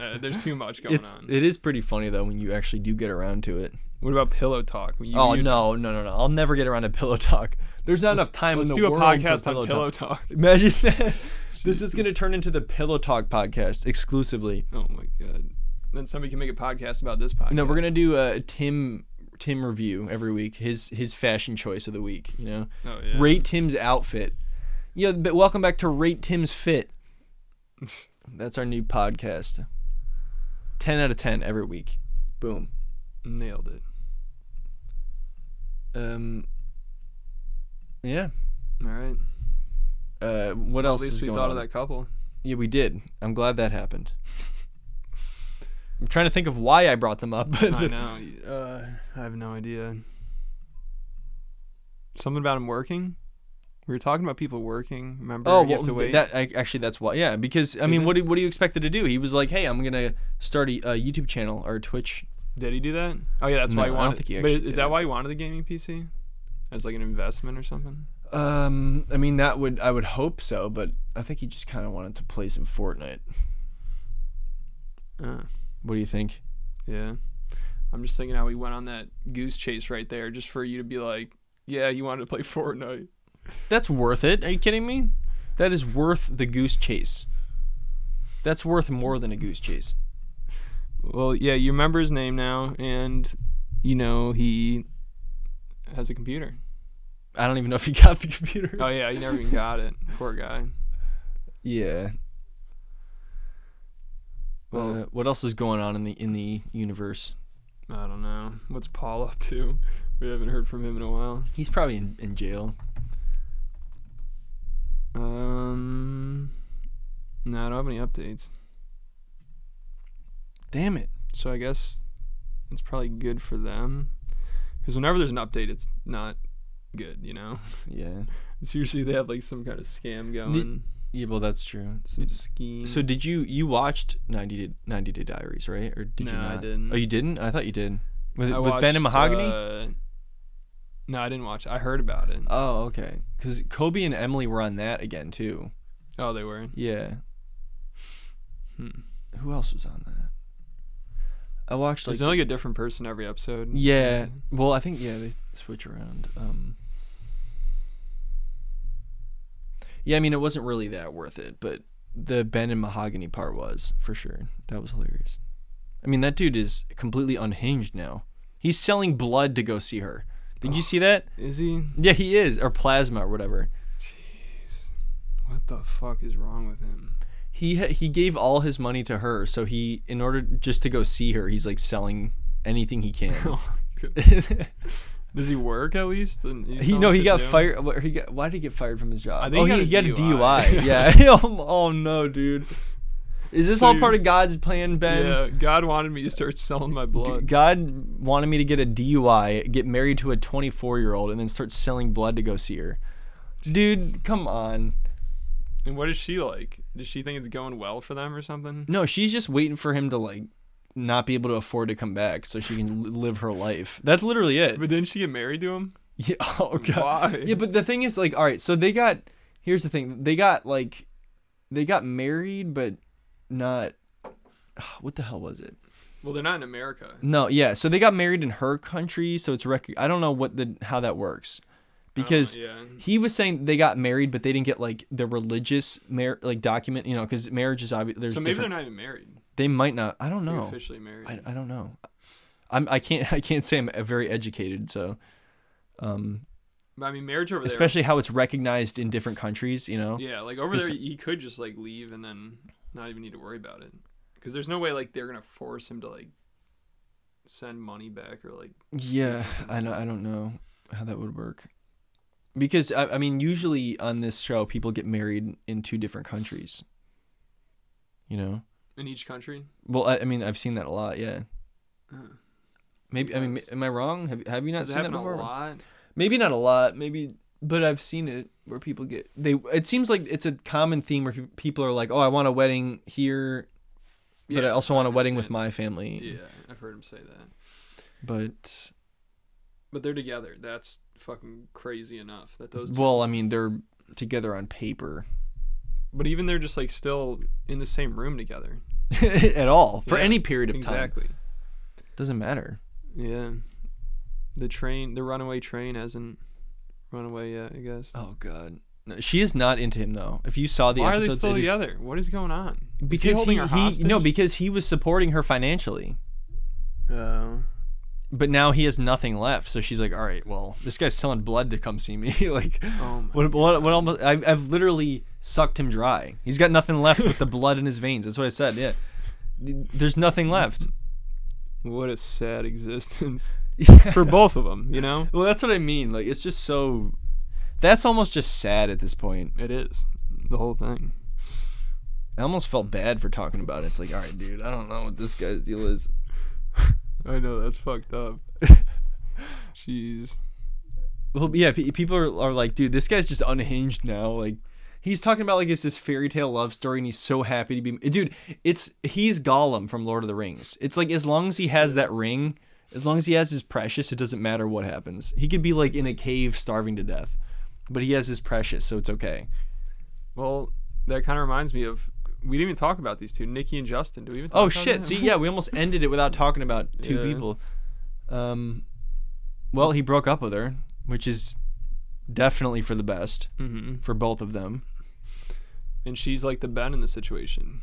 Speaker 1: uh, there's too much going
Speaker 2: It's
Speaker 1: on.
Speaker 2: it is pretty funny though when you actually do get around to it.
Speaker 1: what about pillow talk? You,
Speaker 2: oh
Speaker 1: you-
Speaker 2: no, no, no, no! I'll never get around to pillow talk. There's not enough time
Speaker 1: Let's
Speaker 2: in the
Speaker 1: do a
Speaker 2: world
Speaker 1: podcast
Speaker 2: for pillow
Speaker 1: on pillow talk.
Speaker 2: talk. Imagine that. this is gonna turn into the pillow talk podcast exclusively.
Speaker 1: Oh my god. Then somebody can make a podcast about this podcast.
Speaker 2: No, we're gonna do uh, Tim Tim review every week. His his fashion choice of the week. You know,
Speaker 1: Oh yeah.
Speaker 2: rate Tim's outfit. Yeah, but welcome back to Rate Tim's Fit. That's our new podcast. Ten out of ten every week. Boom.
Speaker 1: Nailed it.
Speaker 2: Um. Yeah.
Speaker 1: All right.
Speaker 2: Uh, what
Speaker 1: At
Speaker 2: else
Speaker 1: least
Speaker 2: is
Speaker 1: we
Speaker 2: going
Speaker 1: thought of
Speaker 2: on?
Speaker 1: that couple.
Speaker 2: Yeah, we did. I'm glad that happened. I'm trying to think of why I brought them up, but
Speaker 1: I know. y- Uh, I have no idea. Something about him working. We were talking about people working. Remember?
Speaker 2: oh,
Speaker 1: you
Speaker 2: well,
Speaker 1: have to wait.
Speaker 2: that I, actually that's why. Yeah, because I
Speaker 1: Is
Speaker 2: mean,
Speaker 1: it?
Speaker 2: what do, what do you expect it to do? He was like, "Hey, I'm gonna start a, a YouTube channel or a Twitch."
Speaker 1: Did he do that? Oh yeah, that's
Speaker 2: No,
Speaker 1: why he
Speaker 2: I
Speaker 1: wanted.
Speaker 2: don't think he
Speaker 1: but
Speaker 2: actually
Speaker 1: is, is
Speaker 2: did
Speaker 1: that
Speaker 2: it.
Speaker 1: why he wanted the gaming PC? As like an investment or something.
Speaker 2: Um, I mean, that would I would hope so, but I think he just kind of wanted to play some Fortnite.
Speaker 1: Uh,
Speaker 2: What do you think?
Speaker 1: yeah. I'm just thinking how we went on that goose chase right there, just for you to be like, yeah, you wanted to play Fortnite.
Speaker 2: That's worth it. Are you kidding me? That is worth the goose chase. That's worth more than a goose chase.
Speaker 1: Well, yeah, you remember his name now, and you know he has a computer.
Speaker 2: I don't even know if he got the computer.
Speaker 1: Oh yeah, he never even got it. Poor guy.
Speaker 2: Yeah.
Speaker 1: Well-
Speaker 2: uh, what else is going on in the in the universe?
Speaker 1: I don't know. What's Paul up to? We haven't heard from him in a while.
Speaker 2: He's probably in, in jail.
Speaker 1: Um, no, I don't have any updates.
Speaker 2: Damn it.
Speaker 1: So I guess it's probably good for them. Because whenever there's an update, it's not good, you know?
Speaker 2: Yeah.
Speaker 1: It's usually they have like some kind of scam going,
Speaker 2: Yeah, well that's true.
Speaker 1: some scheme.
Speaker 2: So did you you watched 90 Day, 90 Day Diaries, right? Or did you
Speaker 1: No, I
Speaker 2: not?
Speaker 1: didn't.
Speaker 2: Oh, you didn't? I thought you did. With,
Speaker 1: I
Speaker 2: with Ben and
Speaker 1: watched,
Speaker 2: Mahogany?
Speaker 1: uh, no, I didn't watch. it. I heard about it.
Speaker 2: oh, okay. Cuz Kobe and Emily were on that again too.
Speaker 1: Oh, they were.
Speaker 2: Yeah.
Speaker 1: Hmm.
Speaker 2: Who else was on that? I watched like
Speaker 1: There's only a different person every episode.
Speaker 2: Yeah. Well, I think yeah they switch around. Um, yeah, I mean it wasn't really that worth it, but the Ben and Mahogany part was for sure. That was hilarious. I mean that dude is completely unhinged now. He's selling blood to go see her. Did you see that?
Speaker 1: Is he?
Speaker 2: Yeah, he is, or plasma or whatever.
Speaker 1: Jeez. What the fuck is wrong with him?
Speaker 2: He ha- he gave all his money to her, so he in order just to go see her, he's like selling anything he can.
Speaker 1: Oh, my goodness. Does he work at least? And he's
Speaker 2: He
Speaker 1: selling
Speaker 2: no, he
Speaker 1: shit
Speaker 2: got
Speaker 1: to him?
Speaker 2: fired. What, he got why did he get fired from his job?
Speaker 1: I think
Speaker 2: oh,
Speaker 1: he
Speaker 2: he,
Speaker 1: got
Speaker 2: he
Speaker 1: a
Speaker 2: got a
Speaker 1: DUI.
Speaker 2: DUI. yeah. oh, no, dude. Is this
Speaker 1: So
Speaker 2: all
Speaker 1: you-
Speaker 2: part of God's plan, Ben?
Speaker 1: Yeah, God wanted me to start selling my
Speaker 2: G-
Speaker 1: blood.
Speaker 2: God wanted me to get a DUI, get married to a 24 year old, and then start selling blood to go see her. Dude, come on.
Speaker 1: And what is she like? Does she think it's going well for them or something?
Speaker 2: No, she's just waiting for him to like not be able to afford to come back so she can li- live her life. That's literally it.
Speaker 1: But didn't she get married to him?
Speaker 2: Yeah. Oh god.
Speaker 1: Why?
Speaker 2: Yeah, but the thing is, like, all right. So they got. Here's the thing. They got like, they got married, but not. What the hell was it?
Speaker 1: Well, they're not in America.
Speaker 2: No. Yeah. So they got married in her country. So it's rec. I don't know what the how that works, because.
Speaker 1: yeah.
Speaker 2: He was saying they got married, but they didn't get like the religious mar- like document, you know, because marriage is obvious. There's
Speaker 1: So maybe they're
Speaker 2: different-
Speaker 1: not even married.
Speaker 2: they might not. I don't
Speaker 1: They're
Speaker 2: know.
Speaker 1: officially married.
Speaker 2: I, I don't know. I'm I can't I can't say I'm very educated. So, um,
Speaker 1: But, I mean, marriage over
Speaker 2: especially how it's recognized in different countries, you know.
Speaker 1: there. Yeah, like over
Speaker 2: This-
Speaker 1: there, he could just like leave and then not even need to worry about it. Because there's no way like they're gonna force him to like send money back or like.
Speaker 2: Yeah, I know. I don't know how that would work. Because I, I mean, usually on this show, people get married in two different countries. You know.
Speaker 1: in each country.
Speaker 2: Well, I, I mean, I've seen that a lot. Yeah.
Speaker 1: Uh,
Speaker 2: Maybe I mean,
Speaker 1: Yes.
Speaker 2: am I wrong? Have Have you not
Speaker 1: does that
Speaker 2: seen that
Speaker 1: happen a
Speaker 2: before?
Speaker 1: lot?
Speaker 2: Maybe not a lot. Maybe, but I've seen it where people get they. It seems like it's a common theme where pe- people are like, "Oh, I want a wedding here, but I also want a wedding with
Speaker 1: understand.
Speaker 2: my family."
Speaker 1: Yeah, I've heard him say that.
Speaker 2: But
Speaker 1: But they're together. That's fucking crazy enough that those. Two,
Speaker 2: well, I mean, they're together on paper.
Speaker 1: but even they're just like still in the same room together.
Speaker 2: at all for
Speaker 1: Yeah,
Speaker 2: any period of time.
Speaker 1: Exactly.
Speaker 2: Doesn't matter.
Speaker 1: Yeah. The train, the runaway train, hasn't run away yet. I guess.
Speaker 2: Oh god. No, she is not into him though. If you saw the
Speaker 1: Why are they
Speaker 2: episodes,
Speaker 1: still
Speaker 2: it is-
Speaker 1: together? What is going on? Is
Speaker 2: Because
Speaker 1: he holding
Speaker 2: he,
Speaker 1: her
Speaker 2: he-
Speaker 1: hostage?
Speaker 2: Uh, no, because he was supporting her financially.
Speaker 1: Oh.
Speaker 2: but now he has nothing left. So she's like, all right, well, this guy's selling blood to come see me. like,
Speaker 1: Oh my
Speaker 2: what, what, what almost, I've, I've literally sucked him dry. He's got nothing left but the blood in his veins. That's what I said. Yeah. There's nothing left.
Speaker 1: What a sad existence for both of them. You know,
Speaker 2: Well, that's what I mean. Like, it's just so. That's almost just sad at this point.
Speaker 1: it is the whole thing.
Speaker 2: I almost felt bad for talking about it. It's like, all right, dude, I don't know what this guy's deal is.
Speaker 1: I know that's fucked up. Jeez.
Speaker 2: Well, yeah, pe people are, are like, dude, this guy's just unhinged now. Like, he's talking about like it's this fairy tale love story, and he's so happy to be. Dude, it's he's Gollum from Lord of the Rings. It's like as long as he has that ring, as long as he has his precious, it doesn't matter what happens. He could be like in a cave starving to death, but he has his precious, so it's okay.
Speaker 1: Well, that kind of reminds me of we didn't even talk about these two, Nikki and Justin. Do we even? Talk
Speaker 2: Oh
Speaker 1: about
Speaker 2: shit!
Speaker 1: Them?
Speaker 2: See, yeah, we almost ended it without talking about two
Speaker 1: Yeah.
Speaker 2: people. Um, well, he broke up with her, which is definitely for the best
Speaker 1: hmm
Speaker 2: for both of them.
Speaker 1: And she's like the Ben in the situation.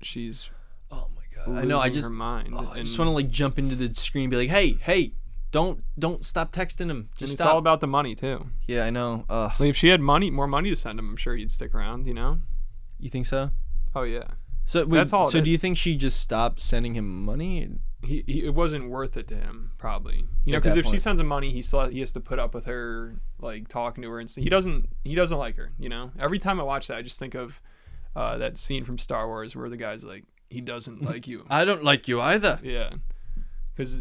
Speaker 1: She's
Speaker 2: Oh my god!
Speaker 1: losing
Speaker 2: I know. I just
Speaker 1: her mind.
Speaker 2: Oh, I
Speaker 1: and-
Speaker 2: just want to like jump into the screen and be like, "Hey, hey, don't don't stop texting him.
Speaker 1: and
Speaker 2: Just
Speaker 1: it's
Speaker 2: stop."
Speaker 1: all about the money too.
Speaker 2: yeah, I know. Uh,
Speaker 1: Like if she had money, more money to send him, I'm sure he'd stick around. You know?
Speaker 2: you think so?
Speaker 1: Oh yeah.
Speaker 2: So wait,
Speaker 1: That's all it
Speaker 2: So do you
Speaker 1: is.
Speaker 2: think she just stopped sending him money?
Speaker 1: He, he it wasn't worth it to him probably. You know,
Speaker 2: At
Speaker 1: because
Speaker 2: that
Speaker 1: if she
Speaker 2: point.
Speaker 1: sends him money, he still he has to put up with her like talking to her, and so he doesn't he doesn't like her. You know, every time I watch that, I just think of uh, that scene from Star Wars where the guy's like, he doesn't like you.
Speaker 2: I don't like you either.
Speaker 1: Yeah, because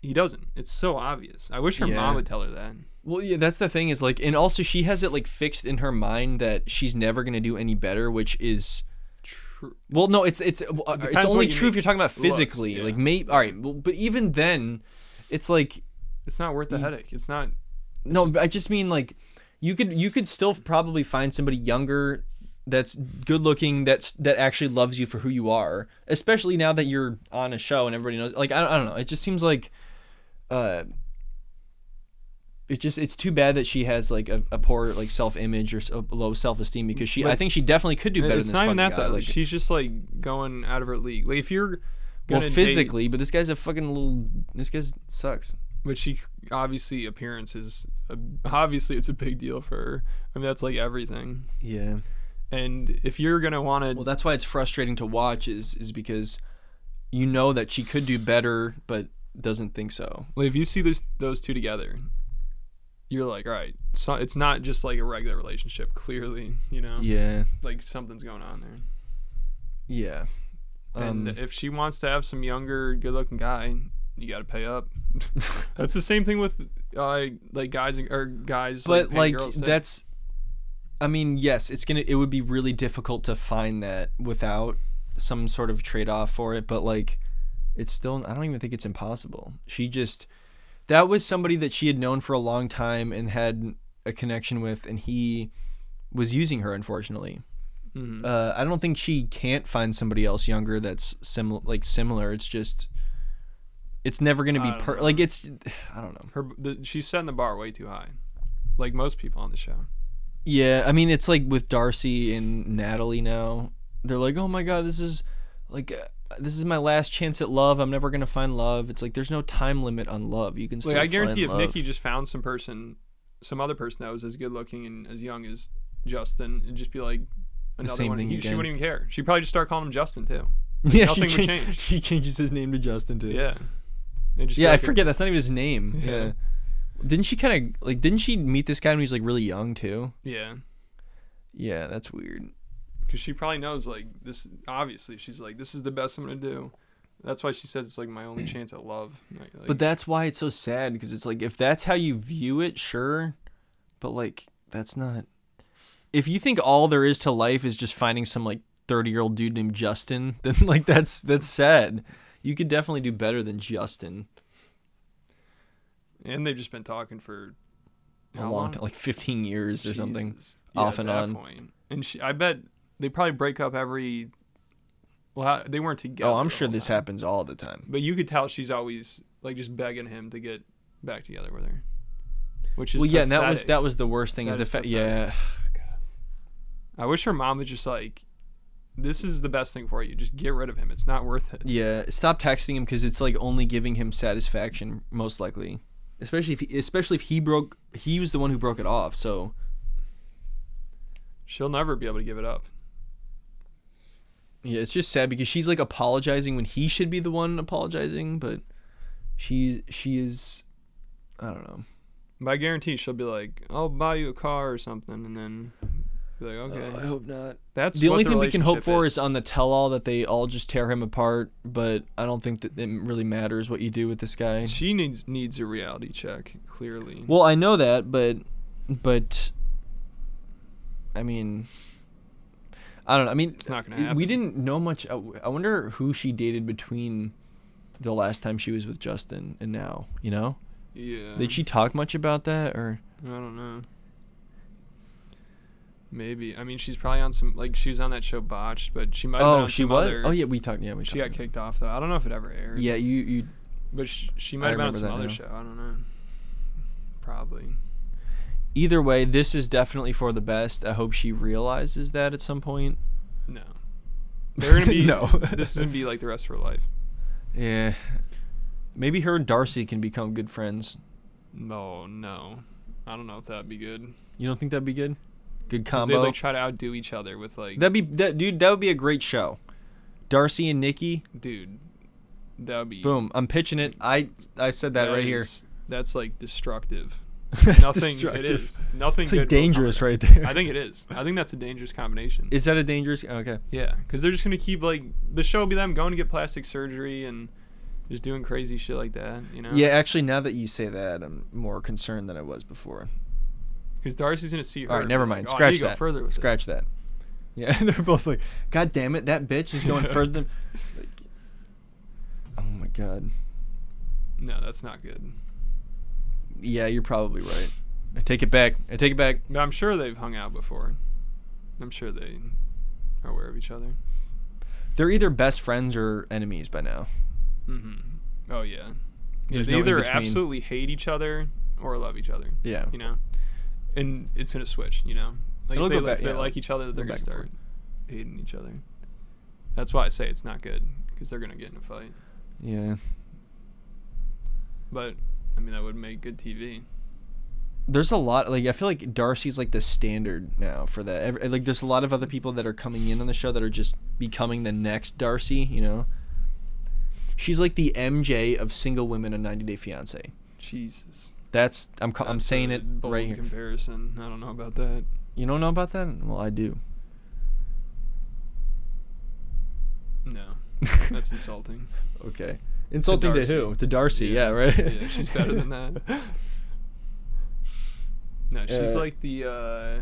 Speaker 1: he doesn't. It's so obvious. I wish her
Speaker 2: Yeah.
Speaker 1: mom would tell her that.
Speaker 2: Well, yeah, that's the thing is like, and also she has it like fixed in her mind that she's never gonna do any better, which is.
Speaker 1: True.
Speaker 2: Well, no, it's it's uh,
Speaker 1: Depends
Speaker 2: it's only
Speaker 1: what you
Speaker 2: true
Speaker 1: mean.
Speaker 2: if you're talking about
Speaker 1: Looks,
Speaker 2: physically,
Speaker 1: yeah.
Speaker 2: like maybe. All right, well, but even then, it's like
Speaker 1: It's not worth the headache. It's not.
Speaker 2: No, but I just mean like you could you could still probably find somebody younger that's good looking that's that actually loves you for who you are, especially now that you're on a show and everybody knows. Like I, don't- I don't know, it just seems like uh it just it's too bad that she has like a, a poor like self image or s- a low self esteem because she I
Speaker 1: Like,
Speaker 2: think she definitely could do better
Speaker 1: It's
Speaker 2: than this
Speaker 1: not even
Speaker 2: fucking
Speaker 1: that
Speaker 2: guy.
Speaker 1: though.
Speaker 2: Like,
Speaker 1: She's just like going out of her league. Like if you're gonna
Speaker 2: well,
Speaker 1: date-
Speaker 2: physically, but this guy's a fucking little. This guy sucks.
Speaker 1: but she obviously appearance is obviously it's a big deal for her. I mean that's like everything.
Speaker 2: Yeah.
Speaker 1: And if you're gonna want to,
Speaker 2: Well, that's why it's frustrating to watch is is because you know that she could do better, but doesn't think so.
Speaker 1: like, if you see those those two together, you're like, all right, so it's not just like a regular relationship. Clearly, you know,
Speaker 2: Yeah,
Speaker 1: like something's going on there.
Speaker 2: yeah. Um,
Speaker 1: And if she wants to have some younger, good-looking guy, you got to pay up. That's the same thing with uh, like guys or guys.
Speaker 2: but
Speaker 1: paying
Speaker 2: like
Speaker 1: girls to-
Speaker 2: that's, I mean, yes, it's gonna. It would be really difficult to find that without some sort of trade off for it. But like, it's still. I don't even think it's impossible. She just that was somebody that she had known for a long time and had a connection with, and he was using her unfortunately.
Speaker 1: Mhm.
Speaker 2: uh, I don't think she can't find somebody else younger that's similar. Like similar, it's just, it's never gonna be
Speaker 1: I don't
Speaker 2: per.
Speaker 1: know.
Speaker 2: Like it's, I don't know.
Speaker 1: her. The, she's setting the bar way too high, like most people on the show.
Speaker 2: Yeah, I mean, it's like with Darcy and Natalie now. They're like, oh my god, this is, like, uh, this is my last chance at love. I'm never gonna find love. It's like there's no time limit on love. You can still.
Speaker 1: Like I guarantee, if
Speaker 2: find love.
Speaker 1: Nikki just found some person, some other person that was as good-looking and as young as Justin, it'd just be like another
Speaker 2: same
Speaker 1: one.
Speaker 2: thing
Speaker 1: He- she
Speaker 2: again.
Speaker 1: wouldn't even care. She'd probably just start calling him Justin too.
Speaker 2: yeah,
Speaker 1: nothing would
Speaker 2: she, changed-
Speaker 1: change.
Speaker 2: she changes his name to Justin too.
Speaker 1: Yeah. It'd just be
Speaker 2: Yeah, I
Speaker 1: like a-
Speaker 2: forget. That's not even his name.
Speaker 1: Yeah.
Speaker 2: Yeah. Didn't she kind of like? Didn't she meet this guy when he was like really young too?
Speaker 1: yeah.
Speaker 2: Yeah, that's weird.
Speaker 1: because she probably knows like this obviously she's like this is the best i'm gonna do that's why she says it's like my only chance at love Like- like-
Speaker 2: But that's why it's so sad because it's like if that's how you view it, sure, but like that's not. If you think all there is to life is just finding some like thirty-year-old dude named Justin, then like that's that's sad. You could definitely do better than Justin.
Speaker 1: and they've just been talking for
Speaker 2: A
Speaker 1: how
Speaker 2: long, time, like fifteen years or something.
Speaker 1: Jesus.
Speaker 2: off
Speaker 1: at
Speaker 2: and
Speaker 1: that
Speaker 2: on.
Speaker 1: point. and she, i bet they probably break up every well how- they weren't together
Speaker 2: oh, I'm
Speaker 1: the
Speaker 2: sure
Speaker 1: whole
Speaker 2: this
Speaker 1: time.
Speaker 2: happens all the time.
Speaker 1: but you could tell she's always like just begging him to get back together with her which is
Speaker 2: Well, yeah, and that was
Speaker 1: pathetic.
Speaker 2: that was the worst thing
Speaker 1: That
Speaker 2: is the
Speaker 1: is
Speaker 2: fact.
Speaker 1: pathetic.
Speaker 2: Yeah,
Speaker 1: I wish her mom was just like, This is the best thing for you. Just get rid of him. It's not worth it.
Speaker 2: Yeah, stop texting him because it's like only giving him satisfaction, most likely. Especially if he, especially if he broke, he was the one who broke it off. So
Speaker 1: She'll never be able to give it up.
Speaker 2: yeah, it's just sad because she's like apologizing when he should be the one apologizing, but she she is, I don't know.
Speaker 1: But I guarantee she'll be like, "I'll buy you a car or something," and then be like, "Okay,
Speaker 2: Uh, I hope not.
Speaker 1: that's
Speaker 2: the
Speaker 1: what
Speaker 2: only thing we can hope
Speaker 1: relationship
Speaker 2: for
Speaker 1: is."
Speaker 2: is on the tell all that they all just tear him apart, but I don't think that it really matters what you do with this guy.
Speaker 1: She needs needs a reality check. Clearly,
Speaker 2: Well, I know that, but but I mean I don't know. I mean,
Speaker 1: It's not gonna
Speaker 2: it-
Speaker 1: happen.
Speaker 2: We didn't know much. I I wonder who she dated between the last time she was with Justin and now, you know?
Speaker 1: yeah.
Speaker 2: Did she talk much about that or
Speaker 1: I don't know. Maybe. I mean, she's probably on some like she was on that show Botched, but she might. have been
Speaker 2: Oh,
Speaker 1: on
Speaker 2: she
Speaker 1: some
Speaker 2: was?
Speaker 1: Other,
Speaker 2: Oh yeah, we talked. Yeah, we
Speaker 1: She
Speaker 2: talked
Speaker 1: got
Speaker 2: about-
Speaker 1: kicked off though. I don't know if it ever aired.
Speaker 2: Yeah, you you
Speaker 1: But she, she
Speaker 2: I
Speaker 1: might have been on
Speaker 2: remember
Speaker 1: some
Speaker 2: that
Speaker 1: other
Speaker 2: now.
Speaker 1: show. I don't know. Probably.
Speaker 2: either way, this is definitely for the best. I hope she realizes that at some point.
Speaker 1: No. They're gonna be
Speaker 2: No.
Speaker 1: this is gonna be like the rest of her life.
Speaker 2: Yeah. Maybe her and Darcy can become good friends.
Speaker 1: No, Oh, no. I don't know if that'd be good.
Speaker 2: You don't think that'd be good? Good
Speaker 1: 'Cause
Speaker 2: combo.
Speaker 1: They like try to outdo each other with like
Speaker 2: That'd be that dude. That would be a great show. Darcy and Nikki.
Speaker 1: dude. That would be
Speaker 2: Boom. I'm pitching it. I I said that, right here.
Speaker 1: is- That's like destructive.
Speaker 2: That's
Speaker 1: Nothing. It
Speaker 2: destructive.
Speaker 1: is nothing.
Speaker 2: It's
Speaker 1: good
Speaker 2: like
Speaker 1: will come
Speaker 2: dangerous
Speaker 1: of it.
Speaker 2: right there.
Speaker 1: I think it is. I think that's a dangerous combination.
Speaker 2: Is that a dangerous? Okay.
Speaker 1: yeah, because they're just gonna keep like the show will be them going to get plastic surgery and just doing crazy shit like that. You know.
Speaker 2: Yeah. Actually, now that you say that, I'm more concerned than I was before.
Speaker 1: Because Darcy's gonna see her.
Speaker 2: All right.
Speaker 1: and
Speaker 2: Never
Speaker 1: be
Speaker 2: mind.
Speaker 1: like, "Oh, I need
Speaker 2: Scratch
Speaker 1: to go
Speaker 2: that.
Speaker 1: Further with this."
Speaker 2: Scratch that. Yeah. They're both like, God damn it! That bitch is going further. Than... Like, oh my god.
Speaker 1: No, that's not good.
Speaker 2: Yeah, you're probably right. I take it back. I take it back.
Speaker 1: But I'm sure they've hung out before. I'm sure they are aware of each other.
Speaker 2: They're either best friends or enemies by now.
Speaker 1: hmm Oh yeah. Yeah,
Speaker 2: There's
Speaker 1: they
Speaker 2: no
Speaker 1: either
Speaker 2: in-between.
Speaker 1: absolutely hate each other or love each other.
Speaker 2: Yeah.
Speaker 1: You know, and it's gonna switch. You know, like
Speaker 2: It'll
Speaker 1: if they,
Speaker 2: go back-
Speaker 1: if they
Speaker 2: yeah.
Speaker 1: like each other, they're
Speaker 2: Go
Speaker 1: gonna
Speaker 2: back
Speaker 1: start
Speaker 2: and
Speaker 1: hating each other. That's why I say it's not good because they're gonna get in a fight.
Speaker 2: Yeah.
Speaker 1: But I mean, that would make good TV.
Speaker 2: there's a lot like I feel like Darcy's like the standard now for that. Ev- like there's a lot of other people that are coming in on the show that are just becoming the next Darcy, you know. She's like the MJ of single women on 90 Day Fiancé.
Speaker 1: Jesus.
Speaker 2: That's I'm ca- I'm
Speaker 1: That's
Speaker 2: saying
Speaker 1: a
Speaker 2: it
Speaker 1: bold
Speaker 2: right here.
Speaker 1: Comparison. I don't know about that.
Speaker 2: you don't know about that? Well, I do.
Speaker 1: No, that's insulting.
Speaker 2: Okay. Insulting to,
Speaker 1: Darcy.
Speaker 2: who? To Darcy,
Speaker 1: Yeah.
Speaker 2: yeah, right?
Speaker 1: Yeah, she's better than that. No, she's
Speaker 2: Uh,
Speaker 1: like the. uh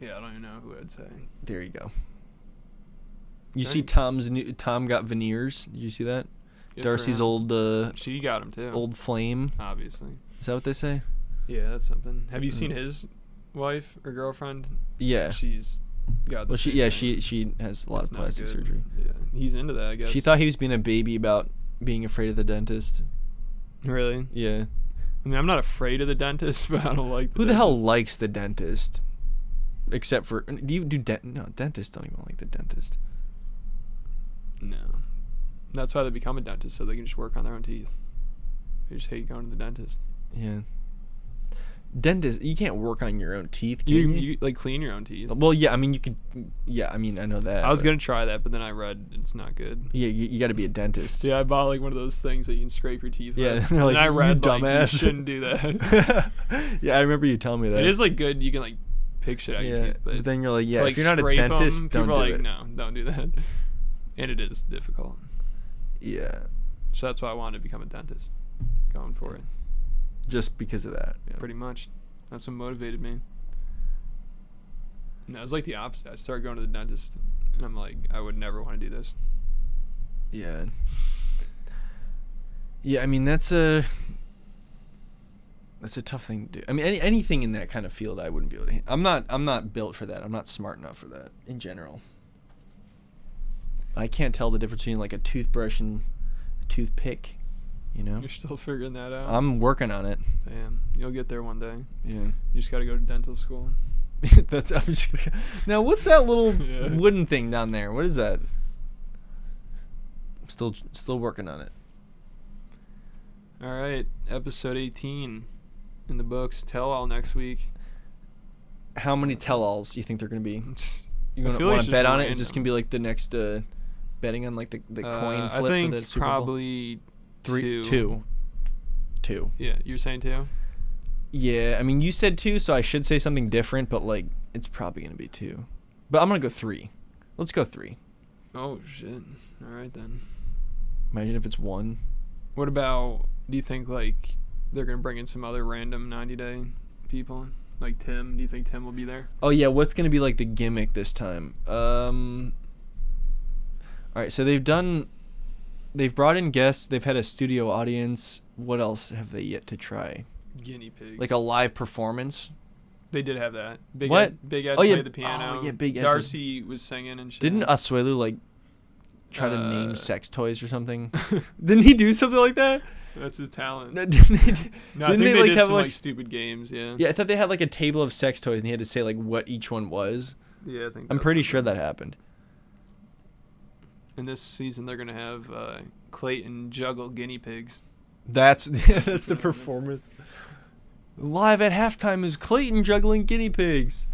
Speaker 1: Yeah, I don't even know who I'd say.
Speaker 2: There you go. You
Speaker 1: Sorry.
Speaker 2: see Tom's new, Tom got veneers. Did you see that?
Speaker 1: Good for
Speaker 2: Darcy's
Speaker 1: him.
Speaker 2: old uh,
Speaker 1: She got him too.
Speaker 2: old flame.
Speaker 1: Obviously.
Speaker 2: Is that what they say?
Speaker 1: Yeah, that's something. Have you seen
Speaker 2: Mm.
Speaker 1: his wife or girlfriend?
Speaker 2: Yeah.
Speaker 1: She's got. The
Speaker 2: Well, she
Speaker 1: same
Speaker 2: yeah
Speaker 1: thing.
Speaker 2: she she has a lot
Speaker 1: It's
Speaker 2: of
Speaker 1: not
Speaker 2: plastic
Speaker 1: good.
Speaker 2: surgery.
Speaker 1: Yeah, he's into that. I guess.
Speaker 2: She thought he was being a baby about being afraid of the dentist.
Speaker 1: Really?
Speaker 2: Yeah.
Speaker 1: I mean, I'm not afraid of the dentist, but I don't like.
Speaker 2: Who the hell
Speaker 1: dentist.
Speaker 2: likes the dentist? Except for do you do dent? No, dentists don't even like the dentist.
Speaker 1: No. That's why they become a dentist, so they can just work on their own teeth. They just hate going to the dentist.
Speaker 2: Yeah. Dentist, you can't work on your own teeth. Can
Speaker 1: You,
Speaker 2: you, Uh,
Speaker 1: you like clean your own teeth.
Speaker 2: Well, yeah. I mean, you could. Yeah, I mean, I know that.
Speaker 1: I was
Speaker 2: but-
Speaker 1: gonna try that, but then I read it's not good.
Speaker 2: Yeah, you, you got to be a dentist.
Speaker 1: Yeah, I bought like one of those things that you can scrape your teeth
Speaker 2: Yeah.
Speaker 1: with.
Speaker 2: they're like,
Speaker 1: and I
Speaker 2: "You
Speaker 1: read like,
Speaker 2: dumbass.
Speaker 1: you shouldn't do that.
Speaker 2: yeah, I remember you telling me that.
Speaker 1: it is like good. You can like pick shit out
Speaker 2: Yeah,
Speaker 1: your teeth, but,
Speaker 2: but then you're like,
Speaker 1: to,
Speaker 2: yeah, if you're not a
Speaker 1: scrape 'em,
Speaker 2: dentist, don't
Speaker 1: people
Speaker 2: do
Speaker 1: are like,
Speaker 2: it.
Speaker 1: no, don't do that. And it is difficult.
Speaker 2: Yeah.
Speaker 1: So that's why I wanted to become a dentist. Going for it,
Speaker 2: Just because of that. yeah.
Speaker 1: pretty much. That's what motivated me. No, it's like the opposite. I started going to the dentist, and I'm like, I would never want to do this.
Speaker 2: Yeah. Yeah, I mean that's a that's a tough thing to do. I mean any, anything in that kind of field I wouldn't be able to. han- I'm not I'm not built for that. I'm not smart enough for that in general. I can't tell the difference between like a toothbrush and a toothpick, you know?
Speaker 1: You're still figuring that out.
Speaker 2: I'm working on it.
Speaker 1: Damn, you'll get there one day.
Speaker 2: Yeah.
Speaker 1: You just gotta go to dental school.
Speaker 2: That's I'm just gonna, now. What's that little
Speaker 1: Yeah.
Speaker 2: wooden thing down there? What is that? I'm still still working on it.
Speaker 1: All right, episode 18 in the books. Tell all next week.
Speaker 2: How many tell-alls you think they're gonna be?
Speaker 1: I
Speaker 2: You gonna
Speaker 1: feel like
Speaker 2: want
Speaker 1: it's just
Speaker 2: to bet on it? Is
Speaker 1: random.
Speaker 2: this gonna be like the next uh, betting on like the, the coin
Speaker 1: Uh,
Speaker 2: flip
Speaker 1: I think
Speaker 2: for the Super Bowl?
Speaker 1: probably
Speaker 2: Three,
Speaker 1: two.
Speaker 2: two, two.
Speaker 1: Yeah, you're saying two?
Speaker 2: Yeah, I mean, you said two, so I should say something different, but like it's probably gonna be two. But I'm gonna go three. Let's go three.
Speaker 1: Oh, shit. All right, then.
Speaker 2: Imagine if it's one.
Speaker 1: What about, do you think, like, they're going to bring in some other random 90 day people? Like Tim? Do you think Tim will be there?
Speaker 2: Oh yeah, what's gonna be like the gimmick this time? Um. All right, so they've done, they've brought in guests. They've had a studio audience. What else have they yet to try?
Speaker 1: Guinea pigs.
Speaker 2: Like a live performance.
Speaker 1: They did have that. Big
Speaker 2: What?
Speaker 1: Ed, Big Ed
Speaker 2: Oh, yeah.
Speaker 1: played the piano.
Speaker 2: Oh, yeah, Big Ed was-
Speaker 1: Darcy was singing and shit.
Speaker 2: Didn't Asuelu like try to
Speaker 1: Uh,
Speaker 2: name sex toys or something? Didn't he do something like that?
Speaker 1: That's his talent.
Speaker 2: No, didn't they? do-
Speaker 1: No, I think
Speaker 2: didn't they,
Speaker 1: they,
Speaker 2: like,
Speaker 1: did
Speaker 2: have,
Speaker 1: some
Speaker 2: like,
Speaker 1: like stupid games. Yeah.
Speaker 2: Yeah, I thought they had like a table of sex toys and he had to say like what each one was.
Speaker 1: Yeah, I think.
Speaker 2: I'm
Speaker 1: that's
Speaker 2: pretty
Speaker 1: what
Speaker 2: sure
Speaker 1: they-
Speaker 2: that happened.
Speaker 1: In this season, they're gonna have uh, Clayton juggle guinea pigs.
Speaker 2: That's that's the
Speaker 1: happened.
Speaker 2: performance. Live at halftime is Clayton juggling guinea pigs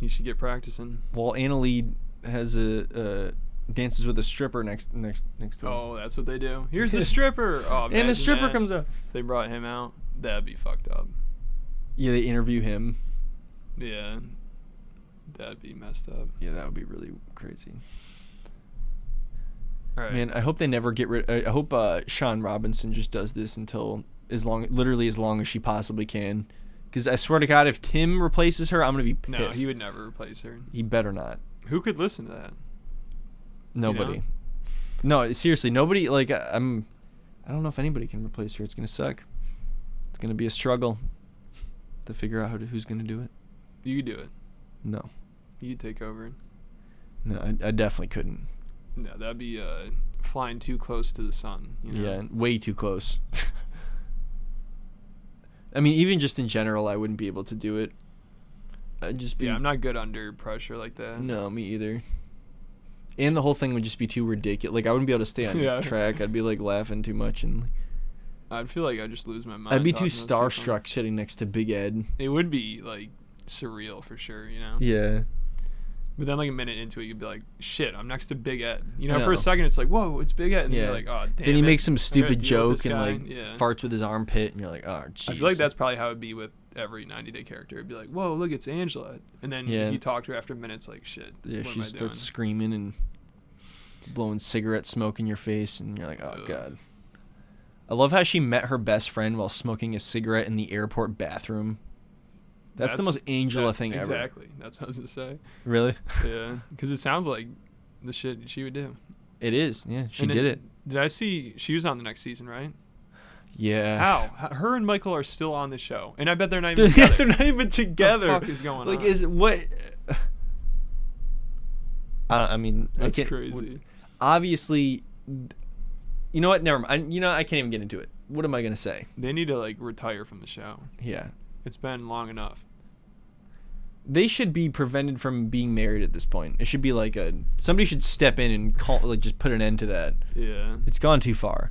Speaker 1: You should get practicing.
Speaker 2: while Annalie has a uh, dances with a stripper next next next to him.
Speaker 1: Oh, that's what they do. Here's the stripper. Oh,
Speaker 2: and the
Speaker 1: imagine
Speaker 2: stripper
Speaker 1: that.
Speaker 2: comes up.
Speaker 1: If They brought him out. That'd be fucked up.
Speaker 2: Yeah, they interview him.
Speaker 1: Yeah. That'd be messed up.
Speaker 2: Yeah, that would be really crazy.
Speaker 1: All right.
Speaker 2: Man, I hope they never get rid. I I hope uh, Sean Robinson just does this until as long, literally as long as she possibly can. Because I swear to God, if Tim replaces her, I'm gonna be pissed.
Speaker 1: no, he would never replace her.
Speaker 2: He better not.
Speaker 1: Who could listen to that?
Speaker 2: Nobody. No, seriously, nobody. Like I- I'm. I don't know if anybody can replace her. It's gonna suck. It's gonna be a struggle to figure out how to, who's gonna do it.
Speaker 1: You could do it.
Speaker 2: No,
Speaker 1: You could take over.
Speaker 2: no, I, I definitely couldn't.
Speaker 1: No, that'd be uh, flying too close to the sun. You know?
Speaker 2: Yeah, and way too close. I mean, even just in general, I wouldn't be able to do it. I'd just be.
Speaker 1: Yeah, I'm not good under pressure like that.
Speaker 2: No, me either. And the whole thing would just be too ridiculous. Like I wouldn't be able to stay on
Speaker 1: Yeah.
Speaker 2: track. I'd be like laughing too much, and like,
Speaker 1: I'd feel like I'd just lose my mind.
Speaker 2: I'd be too
Speaker 1: talking to those people.
Speaker 2: starstruck sitting next to Big Ed.
Speaker 1: It would be like surreal for sure, you know.
Speaker 2: Yeah.
Speaker 1: But then like a minute into it, you'd be like, "Shit, I'm next to Big Ed." You know,
Speaker 2: No.
Speaker 1: for a second, it's like, "Whoa, it's Big Ed," and then
Speaker 2: Yeah.
Speaker 1: you're like, "Oh, damn."
Speaker 2: then he
Speaker 1: it.
Speaker 2: makes
Speaker 1: I
Speaker 2: some
Speaker 1: gotta
Speaker 2: stupid
Speaker 1: deal with
Speaker 2: joke
Speaker 1: this
Speaker 2: and
Speaker 1: guy."
Speaker 2: like
Speaker 1: yeah.
Speaker 2: farts with his armpit, and you're like, oh, jeez.
Speaker 1: I feel like that's probably how it'd be with every 90 Day character. It'd be like, "Whoa, look, it's Angela," and then
Speaker 2: Yeah.
Speaker 1: if you talk to her after a minute, it's like, "Shit."
Speaker 2: Yeah,
Speaker 1: what
Speaker 2: she
Speaker 1: am I
Speaker 2: starts
Speaker 1: doing?
Speaker 2: screaming and blowing cigarette smoke in your face, and you're like, oh
Speaker 1: Ugh.
Speaker 2: god. I love how she met her best friend while smoking a cigarette in the airport bathroom. That's, the
Speaker 1: That's-
Speaker 2: most Angela
Speaker 1: That-
Speaker 2: thing ever.
Speaker 1: Exactly. That's what I was gonna say.
Speaker 2: Really?
Speaker 1: Yeah, because it sounds like the shit she would do.
Speaker 2: It is. Yeah, she
Speaker 1: And
Speaker 2: did it.
Speaker 1: Did I see she was on the next season, right?
Speaker 2: Yeah.
Speaker 1: How? H- Her and Michael are still on the show, and I bet they're not even.
Speaker 2: Dude,
Speaker 1: together.
Speaker 2: they're not even together.
Speaker 1: fuck is going
Speaker 2: like,
Speaker 1: on?
Speaker 2: is what? I, don't- I mean, I
Speaker 1: That's
Speaker 2: can't-
Speaker 1: crazy.
Speaker 2: Obviously, you know what? Never mind. I, you know, I can't even get into it. What am I gonna say?
Speaker 1: They need to like retire from the show.
Speaker 2: Yeah,
Speaker 1: It's been long enough.
Speaker 2: they should be prevented from being married at this point. It should be like a somebody should step in and call, like, just put an end to that.
Speaker 1: Yeah.
Speaker 2: It's gone too far.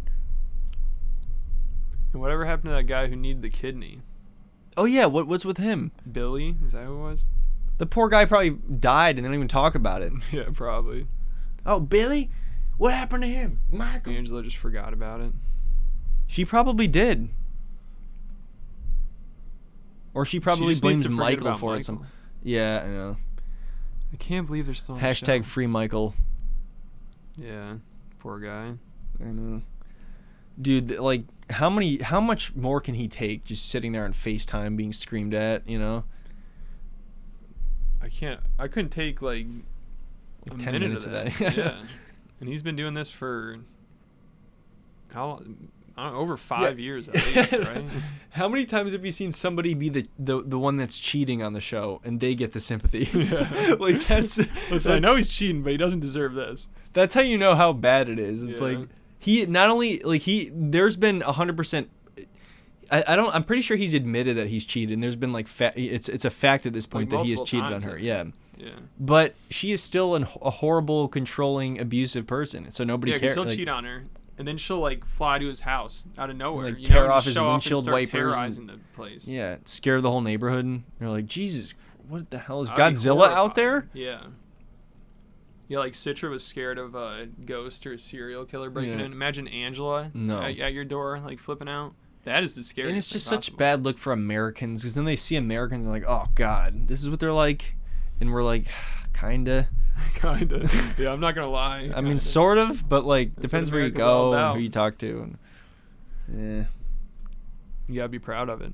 Speaker 1: And whatever happened to that guy who needed the kidney?
Speaker 2: Oh yeah, what what's with him?
Speaker 1: Billy? Is that who it was?
Speaker 2: The poor guy probably died, and they don't even talk about it.
Speaker 1: yeah, probably.
Speaker 2: Oh, Billy, what happened to him? Michael.
Speaker 1: Angela just forgot about it.
Speaker 2: She probably did. Or she probably
Speaker 1: just needs
Speaker 2: blames
Speaker 1: to forget
Speaker 2: Michael
Speaker 1: about
Speaker 2: for it. Some
Speaker 1: Michael. Oh,
Speaker 2: yeah, I know.
Speaker 1: I can't believe they're still on
Speaker 2: Hashtag
Speaker 1: The show.
Speaker 2: free Michael.
Speaker 1: Yeah. Poor guy.
Speaker 2: I know. Dude, th- like how many, how much more can he take just sitting there on Facetime being screamed at? You know,
Speaker 1: I can't. I couldn't take like
Speaker 2: like
Speaker 1: a
Speaker 2: ten
Speaker 1: minute
Speaker 2: minutes
Speaker 1: of
Speaker 2: of
Speaker 1: that.
Speaker 2: that.
Speaker 1: yeah. And he's been doing this for how? I don't know, over five years at least, right?
Speaker 2: How many times have you seen somebody be the, the the one that's cheating on the show and they get the sympathy?
Speaker 1: Yeah.
Speaker 2: like that's
Speaker 1: Listen, I know he's cheating, but he doesn't deserve this.
Speaker 2: that's how you know how bad it is. It's
Speaker 1: Yeah.
Speaker 2: like he not only like he there's been a hundred percent I, I don't. I'm pretty sure he's admitted that he's cheated, and there's been like fa- it's it's a fact at this point that he has
Speaker 1: multiple
Speaker 2: cheated on
Speaker 1: times, I
Speaker 2: her.
Speaker 1: think.
Speaker 2: Yeah,
Speaker 1: Yeah.
Speaker 2: but she is still an, a horrible, controlling, abusive person. So nobody
Speaker 1: Yeah, because
Speaker 2: cares.
Speaker 1: he'll
Speaker 2: like,
Speaker 1: cheat on her, and then she'll like fly to his house out of nowhere,
Speaker 2: like,
Speaker 1: you
Speaker 2: tear
Speaker 1: know, and just
Speaker 2: off his
Speaker 1: show up
Speaker 2: windshield
Speaker 1: and start
Speaker 2: wipers and-
Speaker 1: terrorizing the place.
Speaker 2: yeah, scare the whole neighborhood. And they're like, Jesus, what the hell is
Speaker 1: I'd be
Speaker 2: Godzilla out
Speaker 1: horrified.
Speaker 2: there?
Speaker 1: Yeah. Yeah, like Citra was scared of a ghost or a serial killer breaking
Speaker 2: Yeah.
Speaker 1: in. Imagine Angela
Speaker 2: No.
Speaker 1: at, at your door, like flipping out. That is the scariest.
Speaker 2: And it's
Speaker 1: thing
Speaker 2: just such
Speaker 1: possible.
Speaker 2: bad look for Americans because then they see Americans and they're like, oh God, this is what they're like, and we're like, kinda.
Speaker 1: Kinda. Yeah, I'm not gonna lie.
Speaker 2: I mean,
Speaker 1: Kinda.
Speaker 2: sort of, but like
Speaker 1: what
Speaker 2: depends where you
Speaker 1: America's all
Speaker 2: go, and
Speaker 1: about.
Speaker 2: who you talk to, and yeah.
Speaker 1: you gotta be proud of it.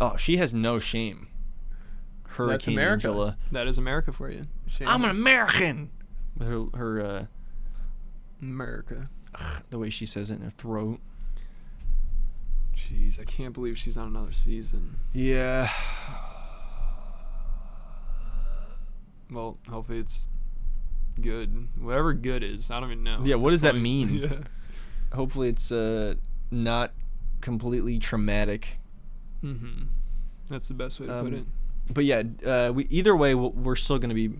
Speaker 2: Oh, she has no shame. Hurricane
Speaker 1: America.
Speaker 2: Angela.
Speaker 1: That is America for you. Shame
Speaker 2: I'm an
Speaker 1: is
Speaker 2: American. With her, her uh,
Speaker 1: America.
Speaker 2: the way she says it in her throat.
Speaker 1: Jeez, I can't believe she's on another season.
Speaker 2: Yeah.
Speaker 1: Well, hopefully it's good. Whatever good is, I don't even know.
Speaker 2: Yeah,
Speaker 1: at
Speaker 2: what
Speaker 1: this
Speaker 2: does that
Speaker 1: point.
Speaker 2: mean?
Speaker 1: Yeah.
Speaker 2: Hopefully, it's uh not completely traumatic.
Speaker 1: Mm-hmm. That's the best way to put
Speaker 2: Um,
Speaker 1: it.
Speaker 2: But yeah, uh, we either way, we'll- we're still gonna be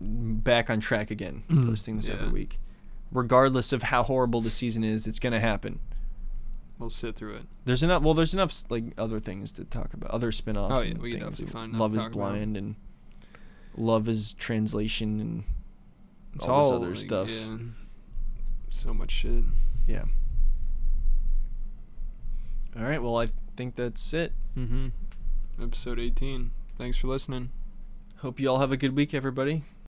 Speaker 2: back on track again,
Speaker 1: Mhm.
Speaker 2: posting this every
Speaker 1: Yeah.
Speaker 2: week, regardless of how horrible the season is. It's gonna happen.
Speaker 1: We'll sit through it.
Speaker 2: There's enough. Well, there's enough like other things to talk about, other spin-offs
Speaker 1: Oh, yeah,
Speaker 2: and
Speaker 1: we could
Speaker 2: things.
Speaker 1: definitely find enough
Speaker 2: Love
Speaker 1: to
Speaker 2: is
Speaker 1: talk about.
Speaker 2: blind and love is translation and
Speaker 1: It's
Speaker 2: all
Speaker 1: all,
Speaker 2: this other
Speaker 1: like,
Speaker 2: stuff.
Speaker 1: Yeah. So much shit.
Speaker 2: Yeah. All right. Well, I think that's it.
Speaker 1: Mm-hmm. Episode 18. Thanks for listening.
Speaker 2: Hope you all have a good week, everybody.